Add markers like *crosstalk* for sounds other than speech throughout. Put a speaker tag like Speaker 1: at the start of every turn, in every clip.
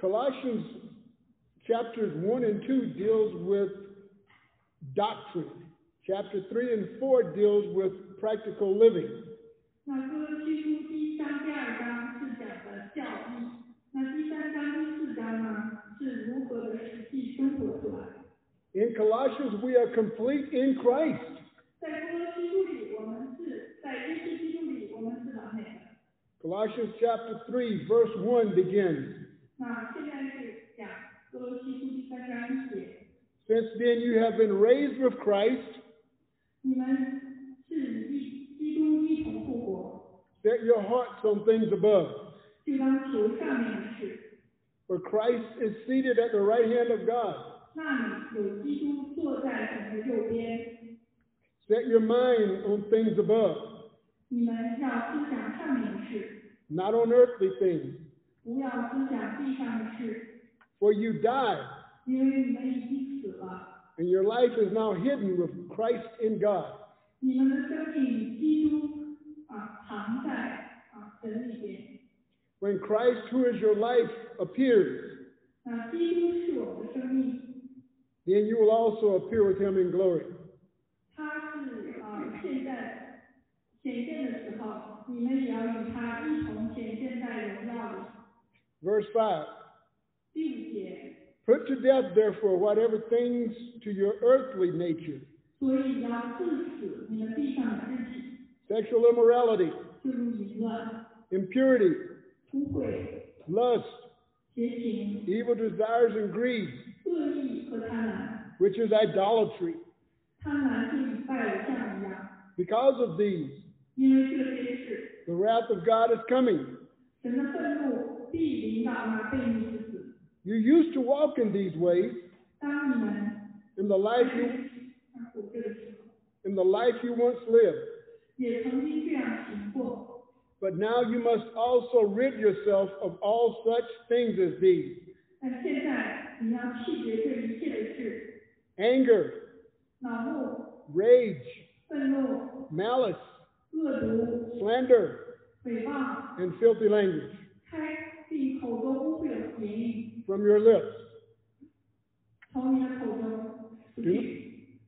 Speaker 1: Colossians chapters 1 and 2 deals with doctrine. Chapter 3 and 4 deals with practical living.
Speaker 2: 那哥罗西书第一章、第二章是讲的教义，那第三章、第四章呢是如何的实际生活出来。
Speaker 1: In Colossians, we are complete in Christ.
Speaker 2: 在哥罗西书里，我们是在耶稣基督里，我们是完美的。
Speaker 1: Colossians chapter 3, verse 1 begins
Speaker 2: 那现在是讲哥罗西书第三章一节，
Speaker 1: Since then, you have been raised with Christ.
Speaker 2: 你们是与基督一同复活，
Speaker 1: Set your hearts on things above,
Speaker 2: 就当求上面的事。
Speaker 1: where Christ is seated at the right hand of God.
Speaker 2: 那里有基督坐在神的右边，
Speaker 1: Set your mind on things above,
Speaker 2: 你们要思想上面的事，
Speaker 1: not on earthly things.
Speaker 2: 不要思想地上的事，
Speaker 1: For you died,
Speaker 2: 因为你们已经死了，
Speaker 1: and your life is now hidden with Christ in God.
Speaker 2: 你们的生命与基督啊藏在啊神里边。
Speaker 1: When Christ, who is your life, appears,
Speaker 2: 那基督是我们的生命，
Speaker 1: then you will also appear with him in glory.
Speaker 2: 他是啊，现在显现的时候，你们也要与他一同显现在荣耀里。
Speaker 1: Verse 5
Speaker 2: 第五节，
Speaker 1: Put to death, therefore, whatever things to your earthly nature
Speaker 2: 所以要致死你们地上的肢体，
Speaker 1: sexual immorality,
Speaker 2: 就如淫乱、
Speaker 1: impurity,
Speaker 2: 污秽、
Speaker 1: lust,
Speaker 2: 邪情、
Speaker 1: evil desires, and greed,
Speaker 2: 恶意和贪
Speaker 1: which is idolatry.
Speaker 2: 婪。贪婪是与拜偶像一样，
Speaker 1: Because of these,
Speaker 2: 因为这些事，
Speaker 1: the wrath of God is coming.
Speaker 2: 神的愤怒必临到那悖逆之子。
Speaker 1: You used to walk in these ways
Speaker 2: 当你们
Speaker 1: in the life you
Speaker 2: 啊活着的时候，
Speaker 1: in the life you once lived,
Speaker 2: 也曾经这样行过。
Speaker 1: but now you must also rid yourself of all such things as these:
Speaker 2: 但现在你要弃绝这一切的事：
Speaker 1: anger,
Speaker 2: 恼怒、
Speaker 1: rage,
Speaker 2: 愤怒、
Speaker 1: malice,
Speaker 2: 恶毒、
Speaker 1: slander,
Speaker 2: 诽谤、
Speaker 1: and filthy language
Speaker 2: 开并口中污秽的言语，
Speaker 1: from your lips.
Speaker 2: 从你的口中出去。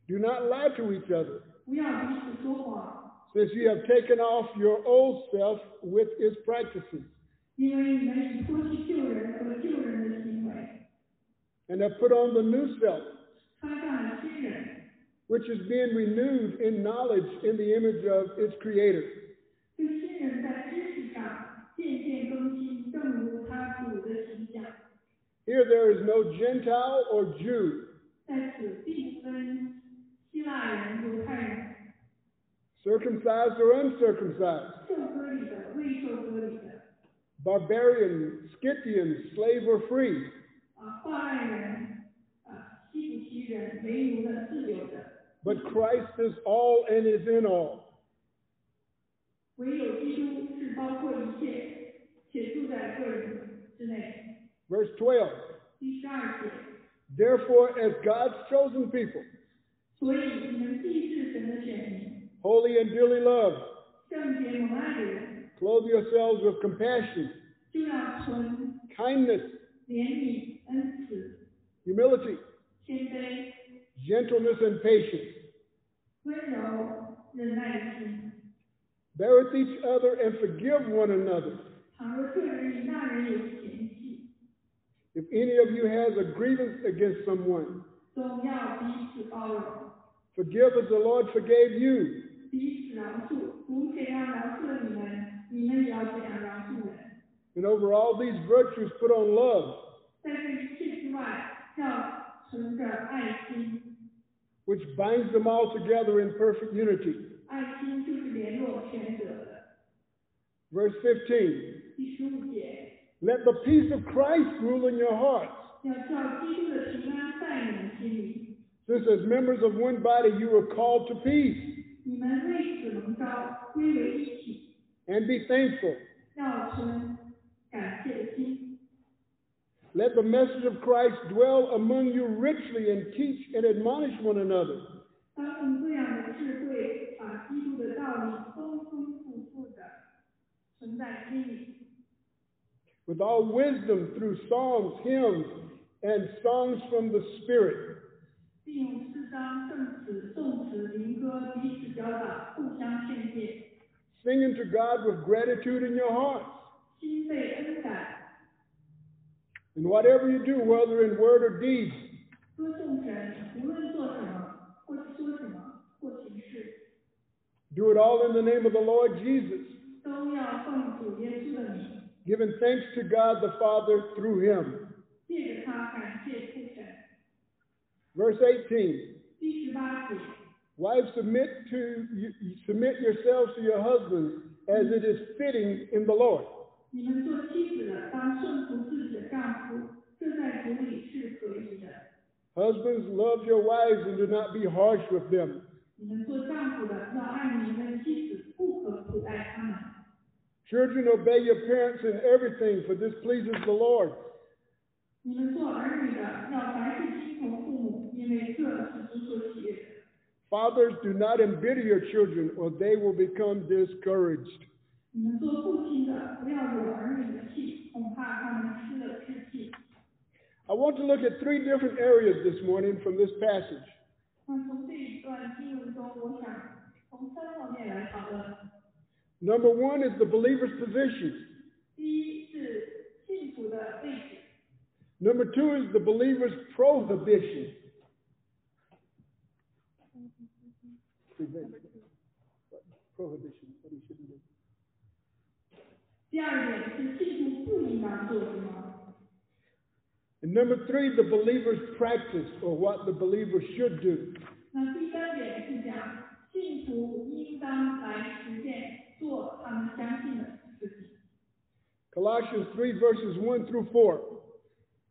Speaker 1: Do not lie to each other,
Speaker 2: 不要彼此说谎，
Speaker 1: since you have taken off your old self with its practices,
Speaker 2: 因为你们已脱去旧人和旧人的行为，
Speaker 1: and have put on the new self,
Speaker 2: 穿上了新人，
Speaker 1: which is being renewed in knowledge in the image of its creator.
Speaker 2: 这新人在知识上渐渐更新，正如他主的形象。
Speaker 1: Here there is no Gentile or Jew,
Speaker 2: 在此并不分希腊人、犹太人。
Speaker 1: circumcised or uncircumcised,
Speaker 2: 受割礼的、未受割礼的，
Speaker 1: barbarian, Scythian, slave or free,
Speaker 2: 啊，化外人，啊，西古其人，为奴的、自由的，
Speaker 1: but Christ is all and is in all.
Speaker 2: 唯有基督是包括一切，且住在个人之内。
Speaker 1: Verse 12.
Speaker 2: 第十二节，
Speaker 1: Therefore, as God's chosen people,
Speaker 2: 所以你们既是神的选民，
Speaker 1: holy and dearly loved,
Speaker 2: 圣洁蒙爱的人，
Speaker 1: clothe yourselves with compassion,
Speaker 2: 就要存
Speaker 1: kindness,
Speaker 2: 怜悯、恩慈、
Speaker 1: humility,
Speaker 2: 谦卑、
Speaker 1: gentleness, and patience.
Speaker 2: 温柔、忍耐的心。
Speaker 1: Bear with each other and forgive one another.
Speaker 2: 倘若这人与那人有嫌隙，
Speaker 1: If any of you has a grievance against someone,
Speaker 2: 总要彼此包容。
Speaker 1: forgive as the Lord forgave you.
Speaker 2: 彼此饶恕，如谁要饶恕了你们，你们也要怎样饶恕人。
Speaker 1: And over all these virtues, put on love,
Speaker 2: 在这一切之外，要存着爱心，
Speaker 1: which binds them all together in perfect unity.
Speaker 2: 爱心就是联络全德的。
Speaker 1: Verse 15.
Speaker 2: 第十五节，
Speaker 1: Let the peace of Christ rule in your hearts,
Speaker 2: 要叫基督的平安在你们心里，
Speaker 1: since as members of one body you were called to peace,
Speaker 2: 你们为此蒙召，归为一体，
Speaker 1: and be thankful.
Speaker 2: 要存感谢的心。
Speaker 1: Let the message of Christ dwell among you richly and teach and admonish one another,
Speaker 2: 当用这样的智慧，把基督的道理丰丰富富的存在心里，
Speaker 1: with all wisdom through psalms, hymns, and songs from the Spirit,
Speaker 2: 并用诗章、圣词、颂词、灵歌彼此教导，互相劝诫，
Speaker 1: singing to God with gratitude in your hearts.
Speaker 2: 心被恩感，
Speaker 1: And whatever you do, whether in word or deed,
Speaker 2: 歌颂神，无论做什么或说什么或行事，
Speaker 1: do it all in the name of the Lord Jesus,
Speaker 2: 都要奉主耶稣的名，
Speaker 1: giving thanks to God the Father through him.
Speaker 2: 借着他感谢父神。
Speaker 1: Verse 18.
Speaker 2: 第十八节，
Speaker 1: Wives, submit to you, submit yourselves to your husbands as it is fitting in the Lord.
Speaker 2: 你们做妻子的，当顺服自己的丈夫，这在主里是可以的；
Speaker 1: Husbands, love your wives and do not be harsh with them.
Speaker 2: 你们做丈夫的，要爱你们的妻子，不可苦待他们；
Speaker 1: Children, obey your parents in everything, for this pleases the Lord.
Speaker 2: 你们做儿女的，要凡事听从父母，因为这是主所喜悦的。
Speaker 1: Fathers, do not embitter your children, or they will become discouraged.
Speaker 2: 你们做父亲的，不要惹儿女的气，恐怕他们失了志气。
Speaker 1: I want to look at three different areas this morning from this passage.
Speaker 2: 那从这一段经文中，我想从三方面来讨论。
Speaker 1: Number one is the believer's position.
Speaker 2: 第一是幸福的位置，
Speaker 1: Number two is the believer's prohibition. Prohibition, what he shouldn't do.
Speaker 2: 第二点是信徒不应当做什么；
Speaker 1: And number three, the believer's practice, or what the believer should do.
Speaker 2: 那第三点是讲信徒应当来实践做他们相信的事情。
Speaker 1: Colossians 3, verses 1 through 4.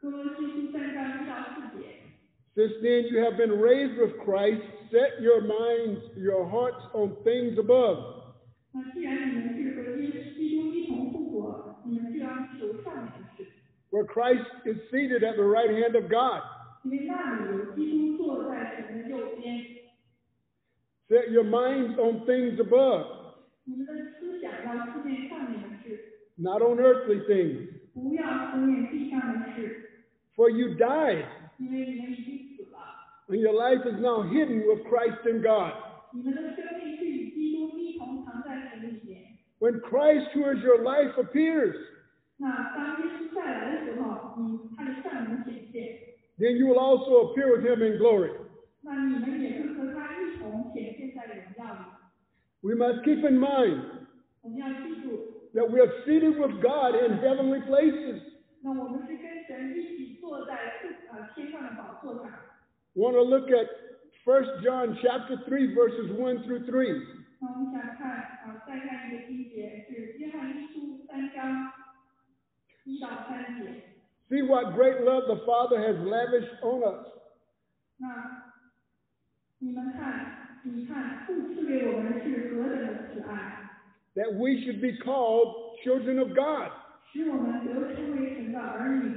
Speaker 2: 哥罗西书三章一到四节，
Speaker 1: Since then you have been raised with Christ, set your minds, your hearts on things above,
Speaker 2: 那既然你们是和耶稣基督一同复活，你们就要求上面的事，
Speaker 1: where Christ is seated at the right hand of God.
Speaker 2: 因为那里有基督坐在神的右边。
Speaker 1: Set your minds on things above,
Speaker 2: 你们的思想要思念上面的事，
Speaker 1: not on earthly things.
Speaker 2: 不要思念地上的事，
Speaker 1: For you died,
Speaker 2: 因为你们已经死了。
Speaker 1: and your life is now hidden with Christ in God.
Speaker 2: 你们的生命是与基督一同藏在神里面。
Speaker 1: When Christ, who is your life, appears,
Speaker 2: 那当耶稣再来的时候，你他的上门显现，
Speaker 1: then you will also appear with him in glory.
Speaker 2: 那你们也会和他一同显现在荣耀里。
Speaker 1: We must keep in mind
Speaker 2: 我们要记住，
Speaker 1: that we are seated with God in heavenly places.
Speaker 2: 那我们是跟神一起坐在父呃天上的宝座上。
Speaker 1: want to look at 1 John chapter 3 verses 1 through 3.
Speaker 2: 那我们想看啊、再看一个经节是约翰一书三章一到三节。
Speaker 1: See what great love the Father has lavished on us
Speaker 2: 那你们看，你看父赐给我们是何等的慈爱。
Speaker 1: that we should be called children of God.
Speaker 2: 使我们得称为神的儿女，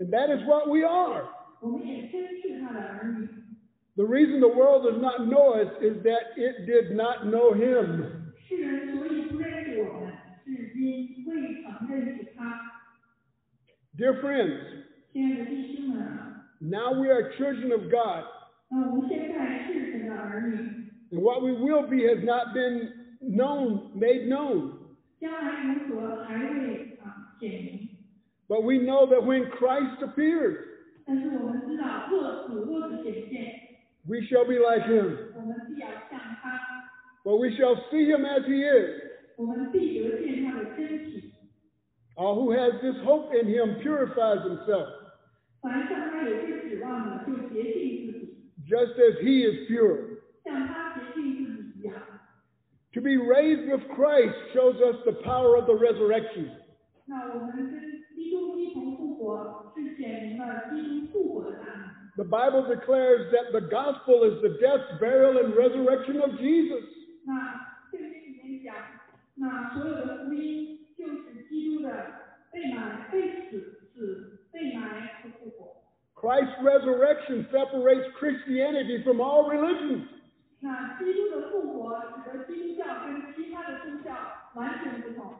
Speaker 1: And that is what we are.
Speaker 2: 我们也真是他的儿女。
Speaker 1: The reason the world does not know us is that it did not know him.
Speaker 2: 世人所以不认识我们，至今未曾认识他。
Speaker 1: Dear friends,
Speaker 2: 亲爱的弟兄们啊，
Speaker 1: now we are children of God,
Speaker 2: 那我们现在是神的儿女，
Speaker 1: and what we will be has not been known, made known.
Speaker 2: 将来如何还未啊显明。
Speaker 1: But we know that when Christ appears,
Speaker 2: 但是我们知道，若主若是显现，
Speaker 1: we shall be like him,
Speaker 2: 我们必要像他，
Speaker 1: for we shall see him as he is.
Speaker 2: 我们必得见他的真体。
Speaker 1: All who has this hope in him purifies himself,
Speaker 2: 凡向他有这指望的，就洁净自己，
Speaker 1: just as he is pure.
Speaker 2: 像他洁净自己一样。
Speaker 1: To be raised with Christ shows us the power of the resurrection.
Speaker 2: 那我们跟基督一同复活，是显明了基督复活的大能。
Speaker 1: The Bible declares that the gospel is the death, burial, and resurrection of Jesus.
Speaker 2: 那圣经里面讲，那所有的福音就是基督的被埋、被死、死、被埋和复活。
Speaker 1: Christ's resurrection separates Christianity from all religions.
Speaker 2: 那基督的复活使得基督教跟其他的宗教完全不同。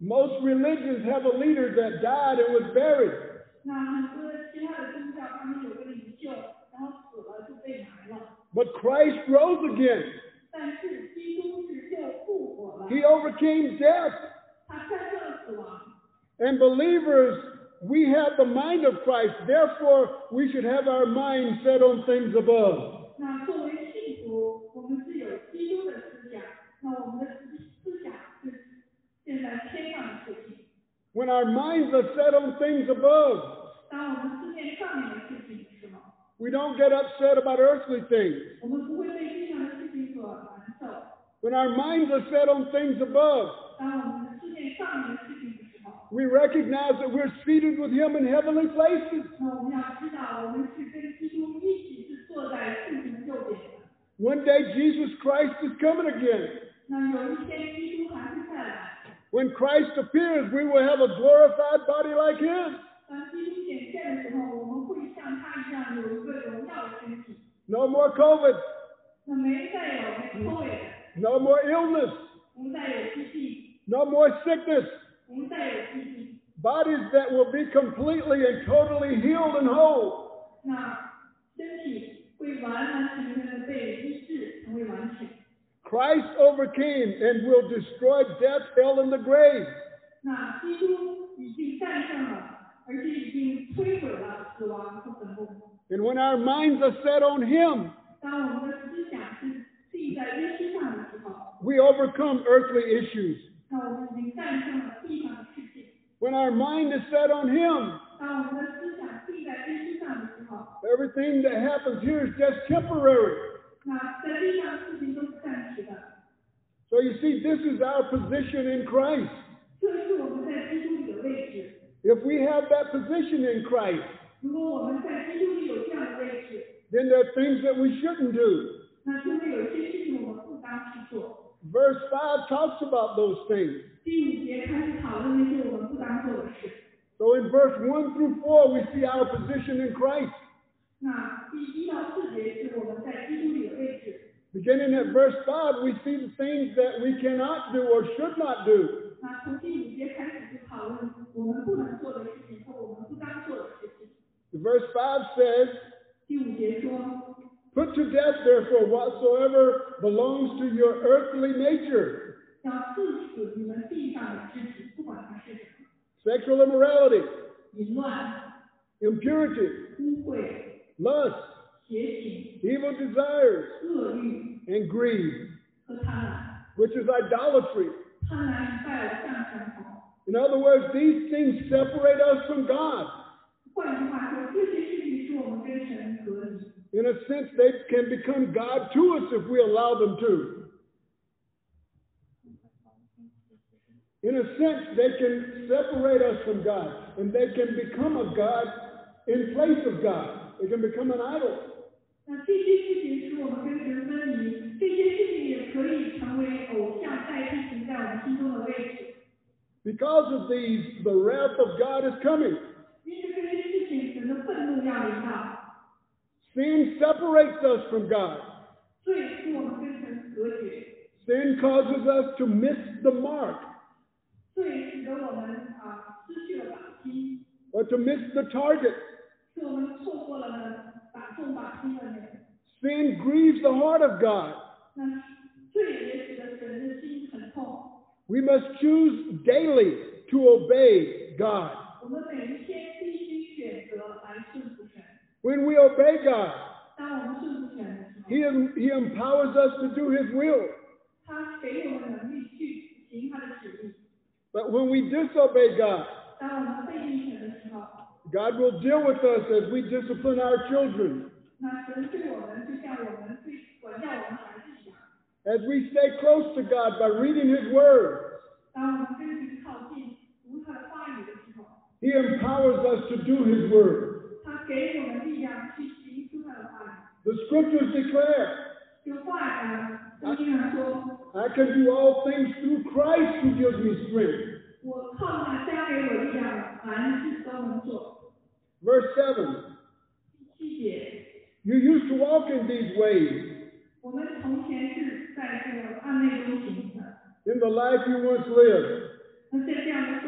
Speaker 1: Most religions have a leader that died and was buried.
Speaker 2: 那很多其他的宗教，他们有个领袖，然后死了就被埋了。
Speaker 1: But Christ rose again.
Speaker 2: 但是基督是又复活了，
Speaker 1: He overcame death.
Speaker 2: 他战胜了死亡。
Speaker 1: And believers, we have the mind of Christ. Therefore, we should have our mind set on things above.
Speaker 2: 那作为信徒，我们是有基督的思想，那我们的思思想是现在天上的事情。
Speaker 1: When our minds are set on things above,
Speaker 2: 当我们思念上面的事情的时候，
Speaker 1: we don't get upset about earthly things.
Speaker 2: 我们不会被地上的事情所难受；
Speaker 1: When our minds are set on things above,
Speaker 2: 当我们思念上面的事情的时候，
Speaker 1: we recognize that we're seated with Him in heavenly places.
Speaker 2: 那我们要知道，我们是跟基督一起是坐在父神的右边的。
Speaker 1: One day, Jesus Christ is coming again.
Speaker 2: 那有一天基督还会再来，
Speaker 1: When Christ appears, we will have a glorified body like His.
Speaker 2: 当基督显现的时候，我们会像他一样有一个荣耀的身体。
Speaker 1: No more COVID.
Speaker 2: 那没再有没后悔的，
Speaker 1: No more illness.
Speaker 2: 不再有疾病，
Speaker 1: No more sickness.
Speaker 2: 不再有疾病。
Speaker 1: Bodies that will be completely and totally healed and whole.
Speaker 2: 那身体会完完全全的被医治，成为完全。
Speaker 1: Christ overcame and will destroy death, hell, and the grave.
Speaker 2: 那基督已经战胜了，而且已经摧毁了死亡和坟墓。
Speaker 1: And when our minds are set on Him,
Speaker 2: 当我们的思想是立在耶稣上的时候，
Speaker 1: we overcome earthly issues.
Speaker 2: 那我们已经战胜了地上的世界。
Speaker 1: When our mind is set on Him,
Speaker 2: 当我们的思想立在耶稣上的时候，
Speaker 1: everything that happens here is just temporary.
Speaker 2: 那在地上的事情都是暂时的。
Speaker 1: So you see, this is our position in Christ.
Speaker 2: 这是我们在基督里的位置。
Speaker 1: If we have that position in Christ,
Speaker 2: 如果我们在基督里有这样的位置，
Speaker 1: then there are things that we shouldn't do.
Speaker 2: 那就会有些事情我们不当去做。
Speaker 1: Verse 5 talks about those things.
Speaker 2: 第五节开始讨论那些我们不当做的事。
Speaker 1: So in verse 1 through 4, we see our position in Christ.
Speaker 2: 那第一到四节是我们在基督里的位置。
Speaker 1: Beginning at verse 5, we see the things that we cannot do or should not do.
Speaker 2: 那从第五节开始就讨论我们不能做的事情和我们不当做的事情。
Speaker 1: Verse 5 says,
Speaker 2: 第五节说，
Speaker 1: Put to death, therefore, whatsoever belongs to your earthly nature
Speaker 2: 要致死你们地上的肢体，不管它是什么，
Speaker 1: sexual immorality,
Speaker 2: 淫乱、
Speaker 1: impurity,
Speaker 2: 污秽、
Speaker 1: lust,
Speaker 2: 邪情、
Speaker 1: evil desires,
Speaker 2: 恶欲
Speaker 1: and greed,
Speaker 2: 和贪
Speaker 1: which is idolatry.
Speaker 2: 婪。贪婪与拜偶像相同。
Speaker 1: In other words, these things separate us from God.
Speaker 2: 换句话说，这些事情使我们跟神隔离。
Speaker 1: In a sense, they can become God to us if we allow them to. In a sense, they can separate us from God and they can become a God in place of God. They can become an idol.
Speaker 2: 那这些事情使我们跟神分离，这些事情也可以成为偶像代替神在我们心中的位置。
Speaker 1: Because of these, the wrath of God is coming.
Speaker 2: 因为这些事情，神的愤怒要临到，
Speaker 1: Sin separates us from God.
Speaker 2: 罪使我们跟神隔绝，
Speaker 1: Sin causes us to miss the mark
Speaker 2: 罪使得我们啊失去了靶心，
Speaker 1: or to miss the target.
Speaker 2: 使我们错过了呢打中靶心的人。
Speaker 1: Sin grieves the heart of God.
Speaker 2: 那罪也使得神的心很痛。
Speaker 1: We must choose daily to obey God.
Speaker 2: 我们每一天必须选择来顺服神。
Speaker 1: When we obey God,
Speaker 2: 当我们顺服神的时候，
Speaker 1: He, he empowers us to do His will.
Speaker 2: 他给我们能力去行他的旨意。
Speaker 1: But when we disobey God,
Speaker 2: 当我们被逆神的时候，
Speaker 1: God will deal with us as we discipline our children.
Speaker 2: 那神对我们就像我们对管教我们孩子一样。
Speaker 1: As we stay close to God by reading His Word,
Speaker 2: 当我们跟神靠近，读他的话语的时候，
Speaker 1: He empowers us to do His Word.
Speaker 2: 他给我们力量去行出他的话
Speaker 1: The Scriptures declare,
Speaker 2: 语。就话啊，圣经上说
Speaker 1: I can do all things through Christ who gives me strength.：“
Speaker 2: 我靠那加给我力量的，凡事都能做。
Speaker 1: Verse 7. ”
Speaker 2: 第七节，
Speaker 1: You used to walk in these ways
Speaker 2: 我们从前是在这个暗昧中行的，
Speaker 1: in the life you once lived.
Speaker 2: 那在这样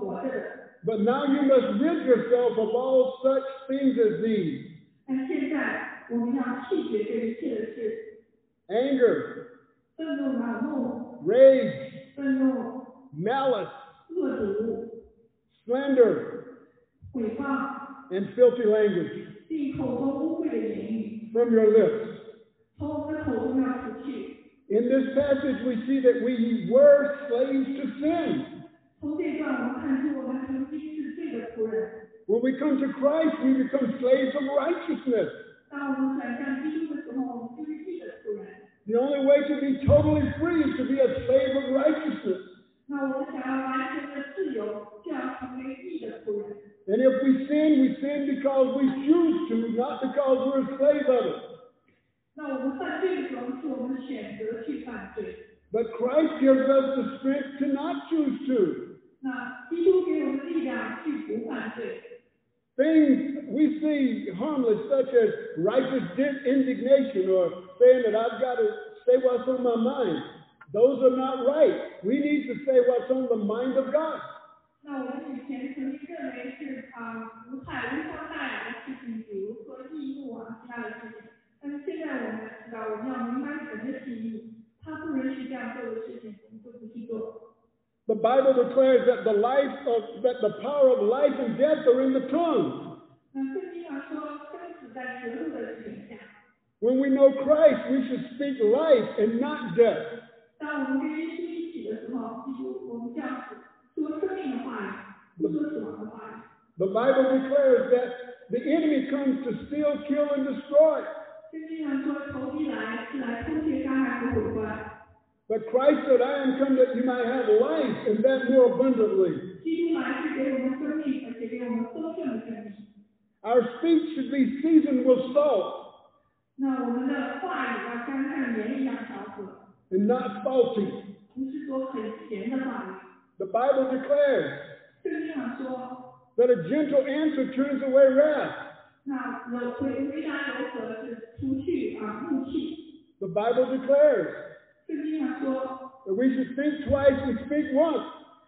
Speaker 2: 活着的。
Speaker 1: But now you must rid yourself of all such things as these
Speaker 2: 但现在我们要拒绝这一切的事：
Speaker 1: anger,
Speaker 2: 愤怒、恼怒、
Speaker 1: rage,
Speaker 2: 愤怒、
Speaker 1: malice,
Speaker 2: 恶毒、
Speaker 1: slander,
Speaker 2: 诽谤、
Speaker 1: and filthy language
Speaker 2: 并口中污秽的言语，
Speaker 1: from your lips.
Speaker 2: 从我们的口中要除去。
Speaker 1: In this passage, we see that we were slaves to sin.
Speaker 2: 从这段我们看出，我们曾经是罪的仆人。
Speaker 1: When we come to Christ, we become slaves of righteousness.
Speaker 2: 当我们转向基督的时候，我们就是义的仆人。
Speaker 1: The only way to be totally free is to be a slave of righteousness.
Speaker 2: 那我们想要完全的自由，就要成为义的仆人。
Speaker 1: And if we sin, we sin because we choose to, not because we're a slave of it.
Speaker 2: 那我们犯罪的时候，是我们选择去犯罪。
Speaker 1: But Christ gives us the strength to not choose to.
Speaker 2: 那基督给我们力量去不犯罪。
Speaker 1: Things we see harmless, such as righteous di- indignation or saying that I've got to say what's on my mind, those are not right. We need to say what's on the mind of God.
Speaker 2: 那我们以前曾经认为是啊、无害、无伤大雅的事情，比如说义务啊其他的事情，但是现在我们知道，我们要明白神的心意，他不允许这样做的事情，我们就不去做。
Speaker 1: The Bible declares that the life of that the power of life and death are in the tongue.
Speaker 2: 那圣经上说，生死在舌头的权下。
Speaker 1: When we know Christ, we should speak life and not death.
Speaker 2: 当我们跟耶稣一起的时候，基督，我们这样说生命的话语，不说死亡的话语。
Speaker 1: The Bible declares that the enemy comes to steal, kill, and destroy.
Speaker 2: 圣经上说，仇敌来是来偷窃、杀害和毁坏。
Speaker 1: But Christ said, I am come that you might have life and that more abundantly.
Speaker 2: 基督来是给我们生命，而且给我们丰盛的生命。
Speaker 1: Our speech should be seasoned with salt
Speaker 2: 那我们的话语啊要干干盐一样调和，
Speaker 1: and not salty.
Speaker 2: 不是说很甜的话语。
Speaker 1: The Bible declares
Speaker 2: 圣经上说，
Speaker 1: that a gentle answer turns away wrath.
Speaker 2: 那柔回回答柔和是除去啊怒气。
Speaker 1: The Bible declares
Speaker 2: 圣经上说，
Speaker 1: that we should think twice and speak once.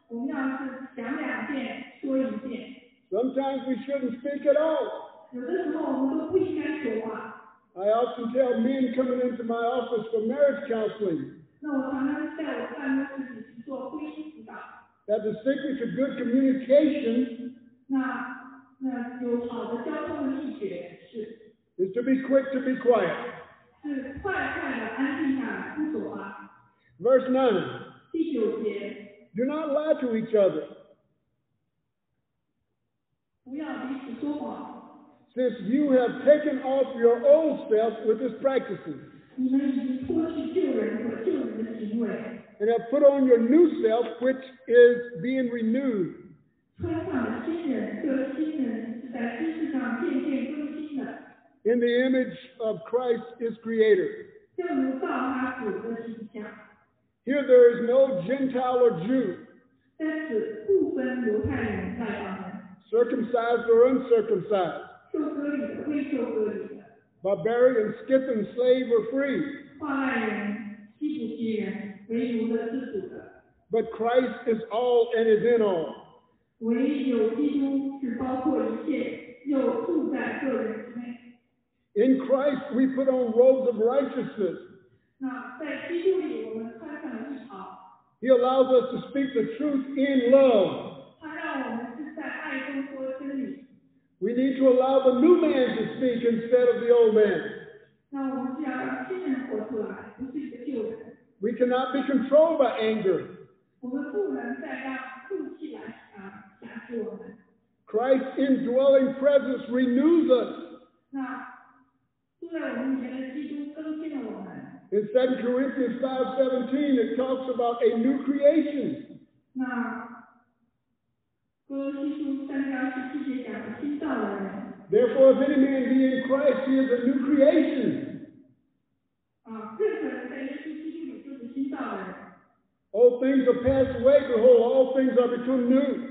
Speaker 2: 我们要是想两遍说一遍。
Speaker 1: Sometimes we shouldn't speak at all.
Speaker 2: 有的时候我们都不应该说话。
Speaker 1: I often tell men coming into my office for marriage counseling
Speaker 2: 那我常常在我的办公室里去做婚姻辅导。
Speaker 1: that the secret to good communication
Speaker 2: 那那有好的交通的秘诀是
Speaker 1: is to be quick to be quiet.
Speaker 2: 是快快的安静下来，不说话。
Speaker 1: Verse 9
Speaker 2: 第九节，
Speaker 1: Do not lie to each other,
Speaker 2: 不要彼此说谎。
Speaker 1: since you have taken off your old self with its practices,
Speaker 2: 你们已经脱去旧人和旧人的行为，
Speaker 1: and have put on your new self, which is being renewed
Speaker 2: 穿上了新人。这新人是在知识上渐渐更新的，
Speaker 1: in the image of Christ, its creator.
Speaker 2: 正如照他主的形象。
Speaker 1: Here there is no Gentile or Jew,
Speaker 2: 在此不分犹太人、外邦人。
Speaker 1: circumcised or uncircumcised,
Speaker 2: 受割礼的、未受割礼的、
Speaker 1: barbarian, skipping, slave or free,
Speaker 2: 化外人、西普西人、为奴的、自主的，
Speaker 1: but Christ is all and is in all.
Speaker 2: 唯有基督是包括一切，又住在个人之内。
Speaker 1: In Christ we put on robes of righteousness.
Speaker 2: 那在基督里，我们穿上了衣袍，
Speaker 1: He allows us to speak the truth in love.
Speaker 2: 他让我们是在爱中说真理。
Speaker 1: We need to allow the new man to speak instead of the old man.
Speaker 2: 那我们是要让新人活出来，不是一个旧人。
Speaker 1: We cannot be controlled by anger.
Speaker 2: 我们不能再让怒气来啊辖制我们。
Speaker 1: Christ's indwelling presence renews us.
Speaker 2: 那住在我们里面的基督更新了我们。
Speaker 1: In 2 Corinthians 5.17, it talks about a new creation.
Speaker 2: 那哥西书三章十七节讲的新造的人
Speaker 1: Therefore, if any man be in Christ, he is a new creation.
Speaker 2: 啊，任何人在耶稣基督里就是新造的人。
Speaker 1: Old things are passed away. Behold, all things are become new.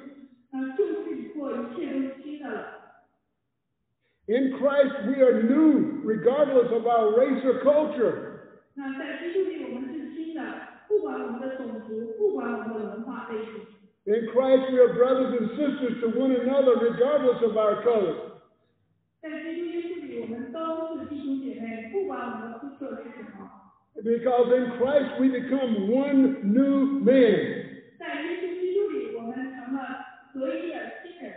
Speaker 2: 那旧事已过，一切都是新的了。
Speaker 1: In Christ, we are new, regardless of our race or culture.
Speaker 2: 那在基督里我们是新的，不管我们的种族，不管我们的文化背景，
Speaker 1: In Christ, we are brothers and sisters to one another regardless of our color.
Speaker 2: 在基督耶稣里，我们都是弟兄姐妹，不管我们的肤色是什么，
Speaker 1: Because in Christ, we become one new man.
Speaker 2: 在耶稣基督里，我们成了合一的新人。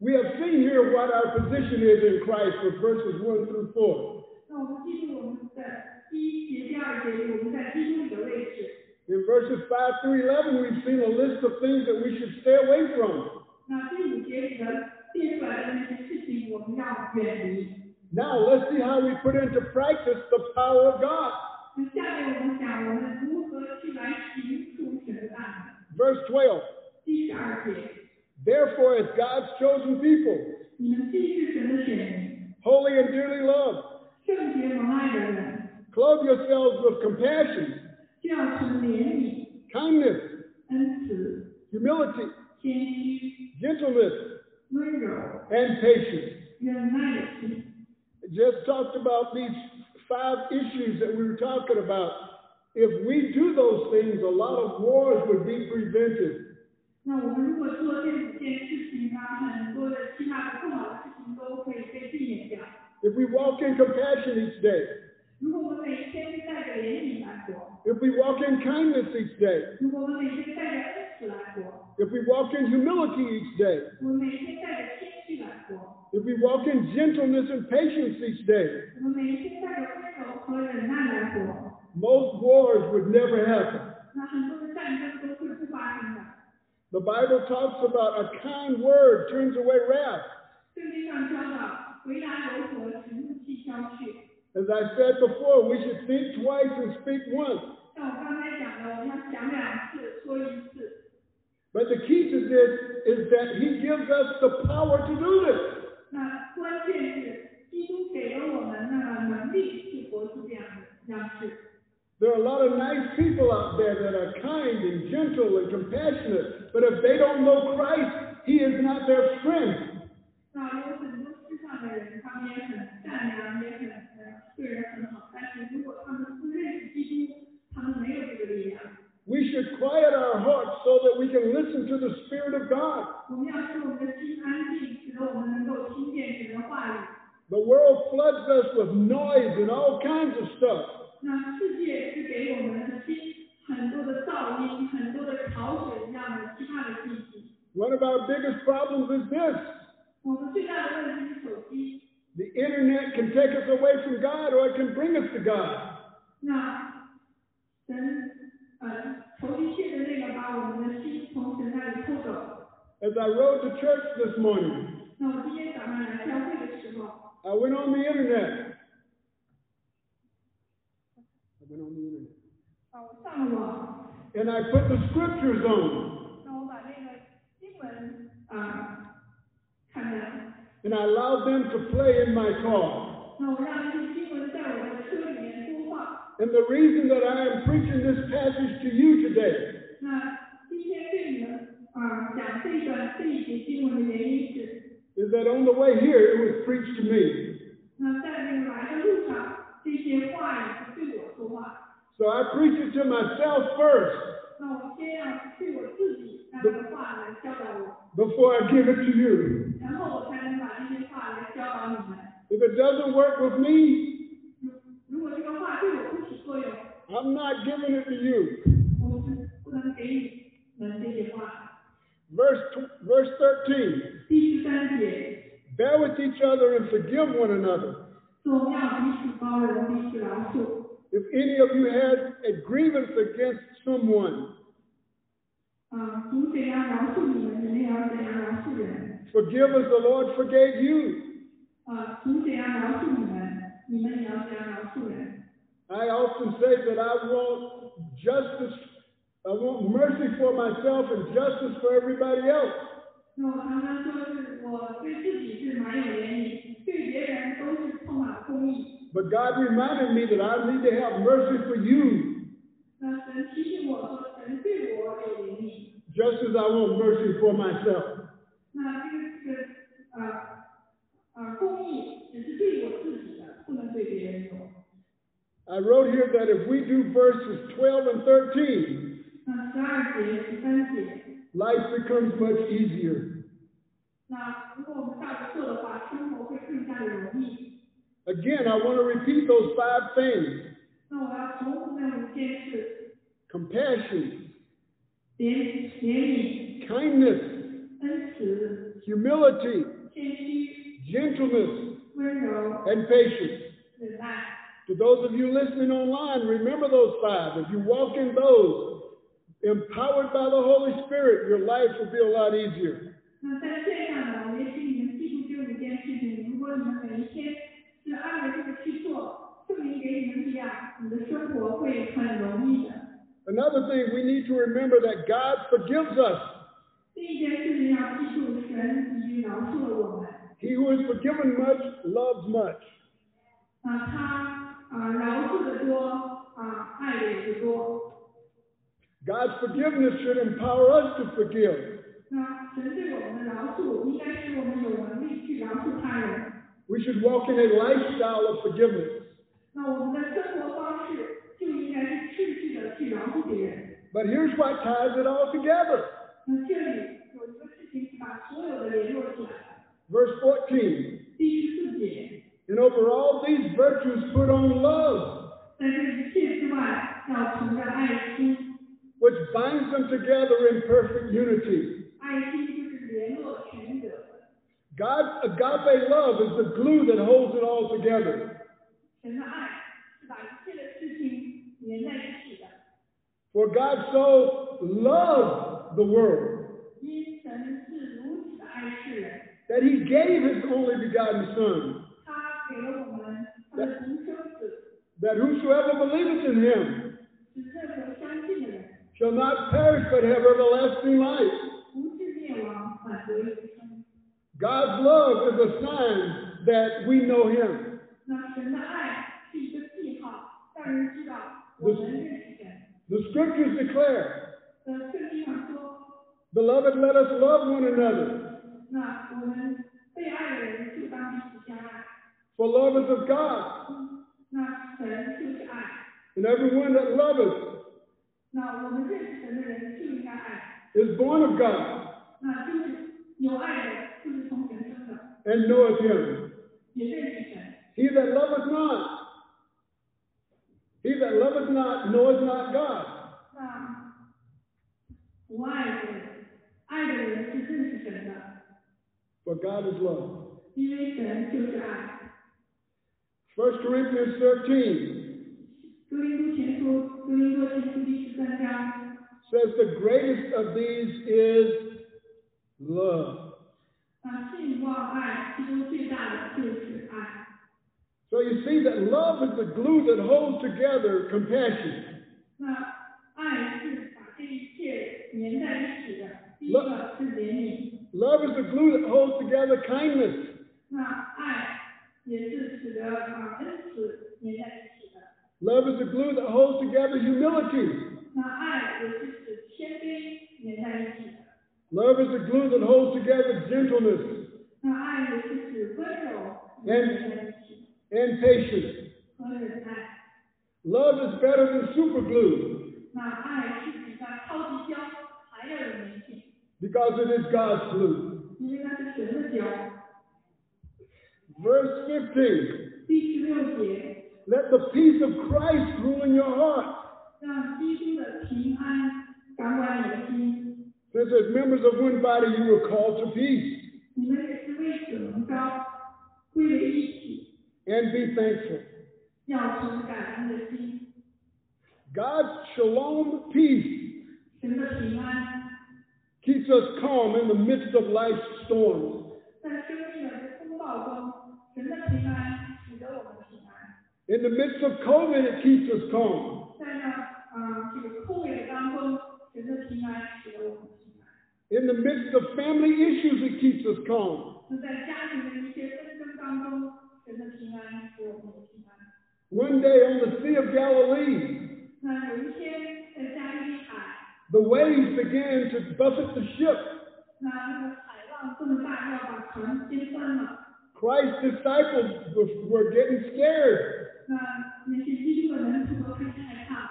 Speaker 1: We have seen here what our position is in Christ with verses 1 through 4.
Speaker 2: 那我们记住我们的第一节、第二节，我们在基督里的位置。
Speaker 1: In verses 5 through 11, we've seen a list of things that we should stay away from.
Speaker 2: 那第五节里的列出来的那些事情，我们要远离。
Speaker 1: Now, let's see how we put into practice the power of God.
Speaker 2: 那下面我们讲我们如何去来行出神的大能。
Speaker 1: Verse 12.
Speaker 2: 第十二节，
Speaker 1: Therefore, as God's chosen people,
Speaker 2: 你们既是神的选民，
Speaker 1: holy and dearly loved,
Speaker 2: 圣洁蒙爱的人，
Speaker 1: clothe yourselves with compassion,
Speaker 2: 就要存怜悯、
Speaker 1: kindness,
Speaker 2: 恩慈、
Speaker 1: humility,
Speaker 2: 谦虚、
Speaker 1: gentleness,
Speaker 2: 温柔、
Speaker 1: and patience.
Speaker 2: 忍耐的心。
Speaker 1: Just talked about these five issues that we were talking about. If we do those things, a lot of wars would be prevented.
Speaker 2: 那我们如果做这五件事情呢，很多的其他的不好的事情都可以被避免掉。
Speaker 1: If we walk in compassion each day,
Speaker 2: 如果我们每天带着怜悯来活，
Speaker 1: if we walk in kindness each day,
Speaker 2: 如果我们每天带着恩慈来活，
Speaker 1: if we walk in humility each day,
Speaker 2: 我们每天带着谦虚来活，
Speaker 1: if we walk in gentleness and patience each day,
Speaker 2: 我们每天带着温柔和忍耐来活，
Speaker 1: most wars would never happen.
Speaker 2: 那很多的战争都会不发生的。
Speaker 1: The Bible talks about a kind word turns away wrath.
Speaker 2: 圣经上教导，回答柔和，使怒气消去。
Speaker 1: As I said before, we should think twice and speak once.
Speaker 2: 像我刚才讲的，我们要想两次，说一次。
Speaker 1: But the key to this is that He gives us the power to do this.
Speaker 2: 那关键是，基督给了我们那个能力去活出这样的样式。
Speaker 1: There are a lot of nice people out there that are kind and gentle and compassionate, but if they don't know Christ, He is not their friend.
Speaker 2: 那有很多世上的人，他们也很善良，也很呃对人很好，但是如果他们不认识基督，他们没有这个力量。
Speaker 1: We should quiet our hearts so that we can listen to the Spirit of God.
Speaker 2: 我们要使我们的心安静，使得我们能够听见神的话语。
Speaker 1: The world floods us with noise and all kinds of stuff.
Speaker 2: 那世界是给我们的心很多的噪音，很多的潮水一样的其他的信息。
Speaker 1: One of our biggest problems is this
Speaker 2: 我们最大的问题是手机。
Speaker 1: the internet can take us away from God or it can bring us to God.
Speaker 2: 那神呃头一切的那个把我们的心从神那里偷走。
Speaker 1: As I rode to church this morning,
Speaker 2: 那我今天早上来教会的时候。
Speaker 1: I went on the internet. I went on the internet.
Speaker 2: 啊，我上了网，
Speaker 1: And I put the scriptures on.
Speaker 2: 那我把那个新闻啊、看了，
Speaker 1: And I allowed them to play in my car.
Speaker 2: 那我让那些新闻在我的车里面播放。
Speaker 1: And the reason that I am preaching this passage to you today
Speaker 2: 那今天对你们啊、讲这段这一节新闻的原因是，
Speaker 1: is that on the way here it was preached to me.
Speaker 2: 那在那个来的路上，这些话语是对我说话，
Speaker 1: So I preach it to myself first
Speaker 2: 那我先要对我自己让这个话来教导我，
Speaker 1: before I give it to you.
Speaker 2: 然后我才能把这些话来教导你们。
Speaker 1: If it doesn't work with me,
Speaker 2: 如如果这个话对我不起作用，
Speaker 1: I'm not giving it to you.
Speaker 2: 我们不能给你们这些话。
Speaker 1: Verse tw- verse 13.
Speaker 2: 第十三节，
Speaker 1: Bear with each other and forgive one another.
Speaker 2: 总要彼此包容，彼此饶恕。
Speaker 1: If any of you has a grievance against someone,
Speaker 2: 啊，主怎样饶恕你们，你们也要怎样饶恕人。
Speaker 1: forgive as the Lord forgave you.
Speaker 2: 啊，主怎样饶恕你们，你们也要怎样饶恕人。
Speaker 1: I often say that I want justice, I want mercy for myself and justice for everybody else.
Speaker 2: 那我常常说是我对自己是蛮有怜悯，对别人都是充满公义。
Speaker 1: But God reminded me that I need to have mercy for you
Speaker 2: 那神提醒我说，神对我有怜悯。
Speaker 1: just as I want mercy for myself.
Speaker 2: 那这个这个啊啊公义只是对我自己的，不能对别人有。
Speaker 1: I wrote here that if we do verses 12 and 13,
Speaker 2: 那十二节、十三节。
Speaker 1: life becomes much easier.
Speaker 2: 那如果我们照着做的话，生活会更加的容易。
Speaker 1: Again, I want to repeat those five things
Speaker 2: 那我要重复那五件事：
Speaker 1: compassion,
Speaker 2: 怜怜悯、
Speaker 1: kindness,
Speaker 2: 恩慈、
Speaker 1: humility,
Speaker 2: 谦虚、
Speaker 1: gentleness,
Speaker 2: 温柔、
Speaker 1: and patience.
Speaker 2: 忍耐。
Speaker 1: To those of you listening online, remember those five. If you walk in those, empowered by the Holy Spirit, your life will be a lot easier.
Speaker 2: 那在线上呢，我也请你们记住这五件事情。如果你们每一天是按照这个去做，圣灵给你们力量，你的生活会很容易的。
Speaker 1: Another thing we need to remember that God forgives us.
Speaker 2: 第一件事情要记住，神已经饶恕了我们。
Speaker 1: He who is forgiven much loves much.
Speaker 2: 啊，他啊饶恕的多，啊爱的也多。
Speaker 1: God's forgiveness should empower us to forgive.
Speaker 2: 那神对我们的饶恕，应该使我们有能力去饶恕他人。
Speaker 1: We should walk in a lifestyle of forgiveness.
Speaker 2: 那我们的生活方式就应该是持续的去饶恕别人。
Speaker 1: But here's what ties it all together.
Speaker 2: 那这里有一个事情是把所有的联络起来的。
Speaker 1: Verse 14.
Speaker 2: 第十四节，
Speaker 1: And over all these virtues put on love,
Speaker 2: 在这一切之外，要存着爱心，
Speaker 1: which binds them together in perfect unity.
Speaker 2: 爱心就是联络全者。
Speaker 1: God's agape love is the glue that holds it all together.
Speaker 2: 神的爱是把一切的事情连在一起的。
Speaker 1: For God so loved the world
Speaker 2: 因神是如此的爱世人，
Speaker 1: that he gave his only begotten Son,
Speaker 2: 他给了我们他的独生子，
Speaker 1: that whosoever believeth in him
Speaker 2: 使任何相信的人
Speaker 1: shall not perish but have everlasting life.
Speaker 2: 不至灭亡，反得永生。
Speaker 1: God's love is a sign that we know him.
Speaker 2: 那神的爱是一个记号，让人知道我们认识神。
Speaker 1: The scriptures declare,
Speaker 2: 呃，圣经上说，嗯
Speaker 1: Beloved, let us love one another,
Speaker 2: 那我们被爱的人就当彼此相爱，嗯
Speaker 1: for love is of God,
Speaker 2: 那神就是爱，
Speaker 1: and everyone that loveth
Speaker 2: 那我们认识神的人就应该爱，
Speaker 1: is born of God
Speaker 2: 那就是有爱的，就是从神生的，
Speaker 1: and knoweth him.
Speaker 2: 也认识神。
Speaker 1: He that loveth not, he that loveth not knoweth not God,
Speaker 2: 那不爱的人，爱的人是认识神的，
Speaker 1: for God is love.
Speaker 2: 因为神就是爱。
Speaker 1: 1 Corinthians 13
Speaker 2: 格林多前书，格林多前书第十三章，
Speaker 1: says the greatest of these is love.
Speaker 2: 啊，信望爱，其中最大的就是爱。
Speaker 1: So you see that love is the glue that holds together compassion.
Speaker 2: 那爱是把这一切连在一起的，第一个是怜悯，
Speaker 1: Love is the glue that holds together kindness.
Speaker 2: 那爱也是使得啊恩慈连在一起的，
Speaker 1: Love is the glue that holds together humility.
Speaker 2: 那爱也是使谦卑连在一起的。
Speaker 1: Love is the glue that holds together gentleness
Speaker 2: 那爱也是指温柔、
Speaker 1: and patience.
Speaker 2: 和忍耐。
Speaker 1: Love is better than superglue
Speaker 2: 那爱是比那超级胶还要有粘性，
Speaker 1: because it is God's glue.
Speaker 2: 因为它是神的胶。
Speaker 1: Verse 15.
Speaker 2: 第十六节，
Speaker 1: Let the peace of Christ rule in your heart.
Speaker 2: 让基督的平安掌管你的心。
Speaker 1: Since as members of one body you were called to peace
Speaker 2: 你们也是为此蒙召，归为一体，
Speaker 1: and be thankful.
Speaker 2: 要存感恩的心。
Speaker 1: God's shalom peace
Speaker 2: 神的平安，
Speaker 1: keeps us calm in the midst of life's storms.
Speaker 2: 在生命的风暴中，神的平安使得我们平安。
Speaker 1: In the midst of COVID, it keeps us calm.
Speaker 2: 在让啊、这个 COVID 当中，神的平安使得我们平安。
Speaker 1: In the midst of family issues, it keeps us calm.
Speaker 2: 就在家庭的一些纷争当中，神的平安使我们平安。
Speaker 1: One day on the Sea of Galilee,
Speaker 2: 那有一天在加利利海，
Speaker 1: the waves began to buffet the ship.
Speaker 2: 那这个海浪这么大，要把船掀翻了。
Speaker 1: Christ's disciples were, were getting scared,
Speaker 2: 那那些基督的门徒都开始害怕，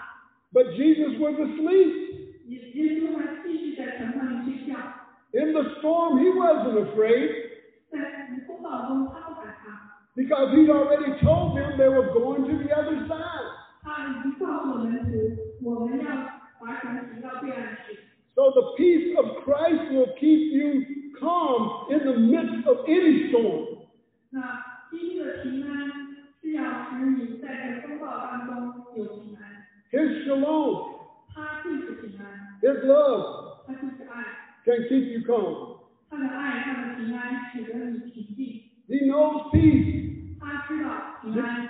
Speaker 1: but Jesus was asleep.
Speaker 2: 也耶稣还继续在船上面去
Speaker 1: storm, he wasn't afraid
Speaker 2: 在无风暴中，他不害怕，
Speaker 1: because he'd already told them they were going to the other side.
Speaker 2: 他已经告诉我们徒，我们要划船行到对岸去。
Speaker 1: So the peace of Christ will keep you calm in the midst of any storm.
Speaker 2: 那基督的平安是要使你在这风暴当中有平安，
Speaker 1: His shalom,
Speaker 2: 他就是平安，
Speaker 1: His love
Speaker 2: 他就是爱，
Speaker 1: can keep you calm.
Speaker 2: 他的爱，他的平安使得你平静，
Speaker 1: He knows peace
Speaker 2: 他知道平安，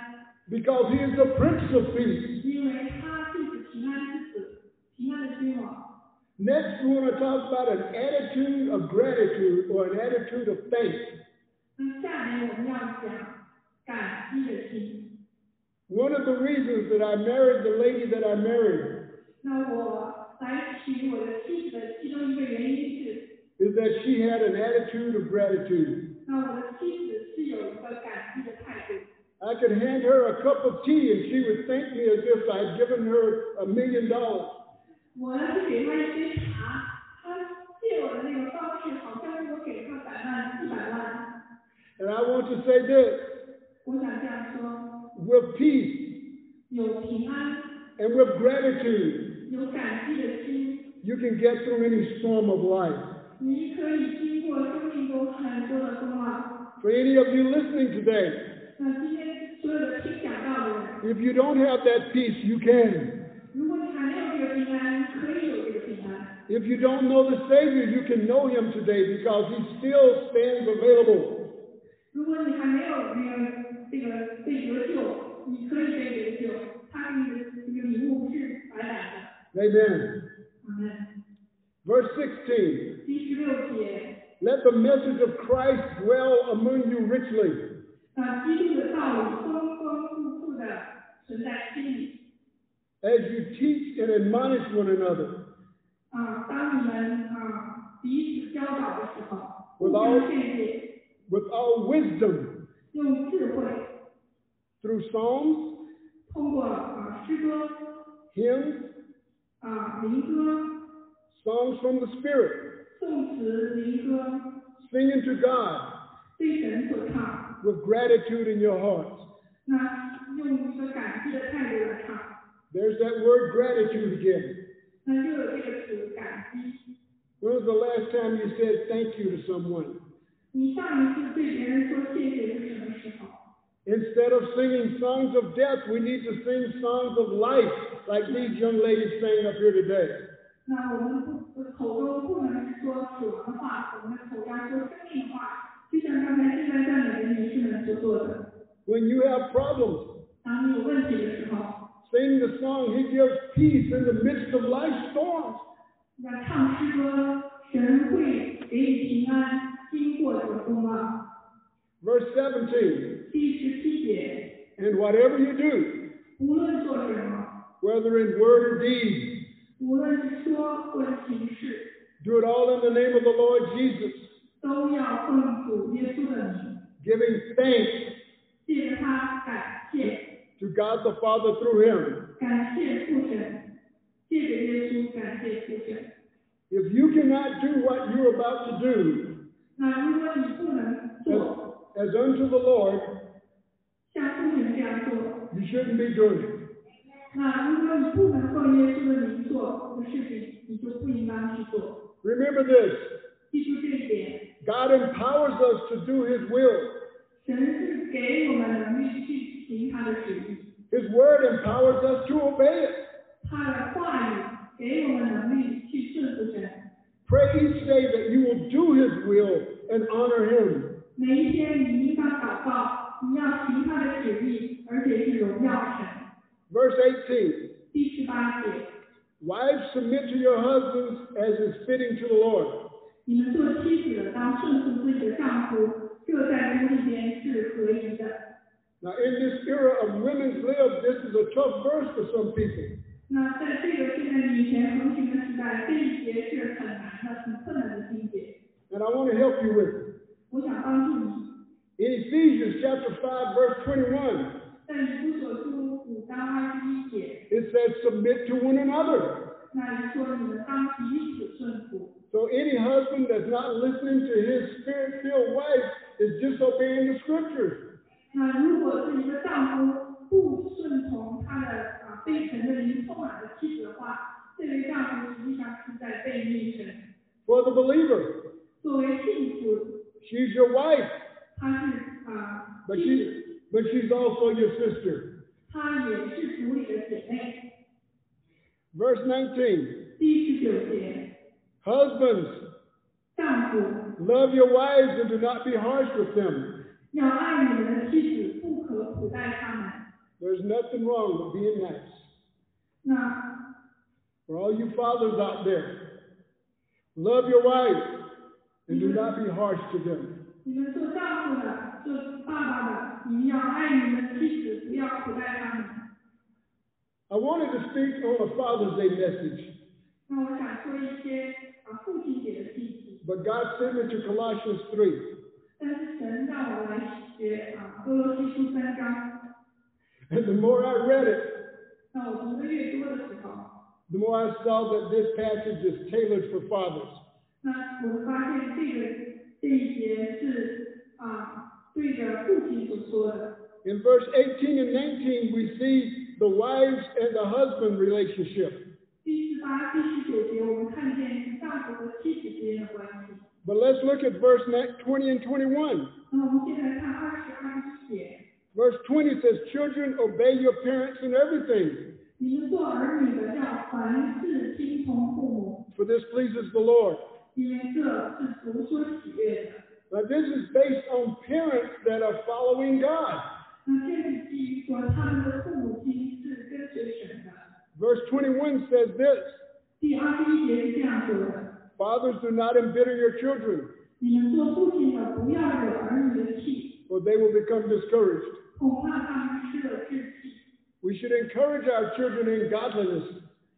Speaker 1: because He is the Prince of Peace.
Speaker 2: 因为他就是平安之子，平安的君王。
Speaker 1: Next, we want to talk about an attitude of gratitude or an attitude of thanks.
Speaker 2: 那下面我们要讲感激的心。
Speaker 1: One of the reasons that I married the lady that I married
Speaker 2: 那我来娶我的妻子的其中一个原因是，
Speaker 1: is that she had an attitude of gratitude.
Speaker 2: 那我的妻子是有一个感激的态度。
Speaker 1: I could hand her a cup of tea and she would thank me as if I'd given her a million dollars.
Speaker 2: 我要是给他一杯茶，他借我的那个方式，好像是我给他百万、一百万。
Speaker 1: And I want to say this
Speaker 2: 我想这样说：
Speaker 1: with peace
Speaker 2: 有平安，
Speaker 1: and with gratitude,
Speaker 2: 有感激的心，
Speaker 1: you can get through any storm of life.
Speaker 2: 你可以经过生命中很多的风浪。
Speaker 1: For any of you listening today,
Speaker 2: 那今天所有的听讲道的人，
Speaker 1: if you don't have that peace, you can.
Speaker 2: 如果你还没有这个平安，可以有这个平安。
Speaker 1: If you don't know the Savior, you can know him today because he still stands available.
Speaker 2: 如果你还没有那个这个被得救，你可以被得救，他给你的这个礼物是白白的。
Speaker 1: Amen.
Speaker 2: 阿门。
Speaker 1: Verse 16.
Speaker 2: 第十六节。
Speaker 1: Let the message of Christ dwell among you richly,
Speaker 2: 让基督的道理丰丰富富的存在心里。
Speaker 1: as you teach and admonish one another
Speaker 2: 啊，当你们啊彼此教导的时候，
Speaker 1: 我
Speaker 2: 互
Speaker 1: 老
Speaker 2: 相劝诫，
Speaker 1: with all wisdom
Speaker 2: 用智慧，
Speaker 1: through psalms,
Speaker 2: 通过啊诗歌、
Speaker 1: hymns,
Speaker 2: 啊灵歌、
Speaker 1: songs from the Spirit,
Speaker 2: 宋词、灵歌，
Speaker 1: singing to God
Speaker 2: 对神所唱，
Speaker 1: with gratitude in your hearts.
Speaker 2: 那用一个感激的态度来唱，
Speaker 1: There's that word gratitude again.
Speaker 2: 那就有这个词感激。
Speaker 1: When was the last time you said thank you to someone?
Speaker 2: 你上一次对别人说谢谢是什么时候？
Speaker 1: Instead of singing songs of death, we need to sing songs of life, like these young ladies sang up here today.
Speaker 2: 那我们不呃口中不能说死亡的话，我们口要说生命的话，就像刚才现在赞美的女士们所做的。
Speaker 1: When you have problems,
Speaker 2: 当你有问题的时候，
Speaker 1: Sing the song, He gives peace in the midst of life's storms.
Speaker 2: 那唱诗歌，神会给你平安，经过总风浪。
Speaker 1: Verse 17,
Speaker 2: 第十七节，
Speaker 1: and whatever you do,
Speaker 2: 无论做什么，
Speaker 1: whether in word or deed,
Speaker 2: 无论是说或者行事，
Speaker 1: do it all in the name of the Lord Jesus,
Speaker 2: 都要奉主耶稣的名，
Speaker 1: giving thanks
Speaker 2: 借着他感谢，
Speaker 1: to God the Father through Him.
Speaker 2: 感谢父神，借着耶稣感谢父神。
Speaker 1: If you cannot do what you're about to do
Speaker 2: 那如果你不能
Speaker 1: as,
Speaker 2: 做，
Speaker 1: as unto the Lord,
Speaker 2: 像父神这样做，
Speaker 1: you shouldn't be doing it.
Speaker 2: 那如果你不能奉耶稣的名做的事情，你就不应当去做。
Speaker 1: Remember this
Speaker 2: 记住这一点，
Speaker 1: God empowers us to do His will.
Speaker 2: 神是给我们能力去行他的旨意，
Speaker 1: His word empowers us to obey it.
Speaker 2: 他的话语给我们能力去顺服神。
Speaker 1: Pray each day that you will do His will and honor Him.
Speaker 2: 每一天你应当祷告，你要行他的旨意，而且是荣耀神。
Speaker 1: Verse 18
Speaker 2: 第十八节，
Speaker 1: Wives, submit to your husbands as is fitting to the Lord.
Speaker 2: 你们做妻子的当顺服自己的丈夫，这在主里边是合宜的。
Speaker 1: Now, in this era of women's live, this is a tough verse for some people.
Speaker 2: 那在这个现在女权横行的时代，这一节是很难的、很困难的经节。
Speaker 1: And I want to help you with it.
Speaker 2: 我想帮助你，
Speaker 1: In Ephesians chapter 5, verse 21,
Speaker 2: 在以弗所书五章二十一节，
Speaker 1: it says, Submit to one another.
Speaker 2: 那里说你们当彼此顺服，
Speaker 1: So any husband that's not listening to his spirit-filled wife is disobeying the scriptures.
Speaker 2: 那如果是一个丈夫不顺从他的啊被神的灵充满的妻子的话，这位丈夫实际上是在背逆神。
Speaker 1: For the believer,
Speaker 2: 作为信徒，
Speaker 1: she's your wife,
Speaker 2: 他是啊
Speaker 1: but
Speaker 2: 信徒，
Speaker 1: she, but she's also your sister.
Speaker 2: 他也是主里的姐妹。
Speaker 1: Verse 19,
Speaker 2: 第十九节，
Speaker 1: husbands,
Speaker 2: 丈夫
Speaker 1: love your wives and do not be harsh with them.
Speaker 2: 要爱你们的妻子，不可苦待他们。
Speaker 1: There's nothing wrong with being nice.
Speaker 2: 那
Speaker 1: For all you fathers out there, love your wives and do not be harsh to them.
Speaker 2: 你们做丈夫的、做爸爸的，你们要爱你们的妻子，不要苦待他们。
Speaker 1: I wanted to speak on a Father's Day message,
Speaker 2: 那我想说一些啊父亲节的信息，
Speaker 1: but God sent me to Colossians 3.
Speaker 2: 但是神让我来学啊哥罗西书三章。
Speaker 1: And the more I read it,
Speaker 2: 那我读的越多的时候，
Speaker 1: the more I saw that this passage is tailored for fathers.
Speaker 2: 那我发现这个这一节是啊对着父亲所说的。
Speaker 1: In verse 18 and 19, we see the wives and the husband relationship.
Speaker 2: 第十八、第十九节，我们看见丈夫和妻子之间的关系。
Speaker 1: But let's look at verse ni- 20 and 21.
Speaker 2: 那我们现在看二十二十一节。
Speaker 1: Verse 20 says, Children, obey your parents in everything,
Speaker 2: 你们做儿女的要凡事听从父母，
Speaker 1: for this pleases the Lord.
Speaker 2: 因为这是主所喜悦的。
Speaker 1: Now, this is based on parents that are following God.
Speaker 2: 那这是基于说他们的父母亲是跟随神的。
Speaker 1: Verse 21 says this
Speaker 2: 第二十一节是这样说的：
Speaker 1: Fathers, do not embitter your children,
Speaker 2: 你们做父亲的不要惹儿女的气，
Speaker 1: for they will become discouraged.
Speaker 2: 恐怕他们失了志气。
Speaker 1: We should encourage our children in godliness.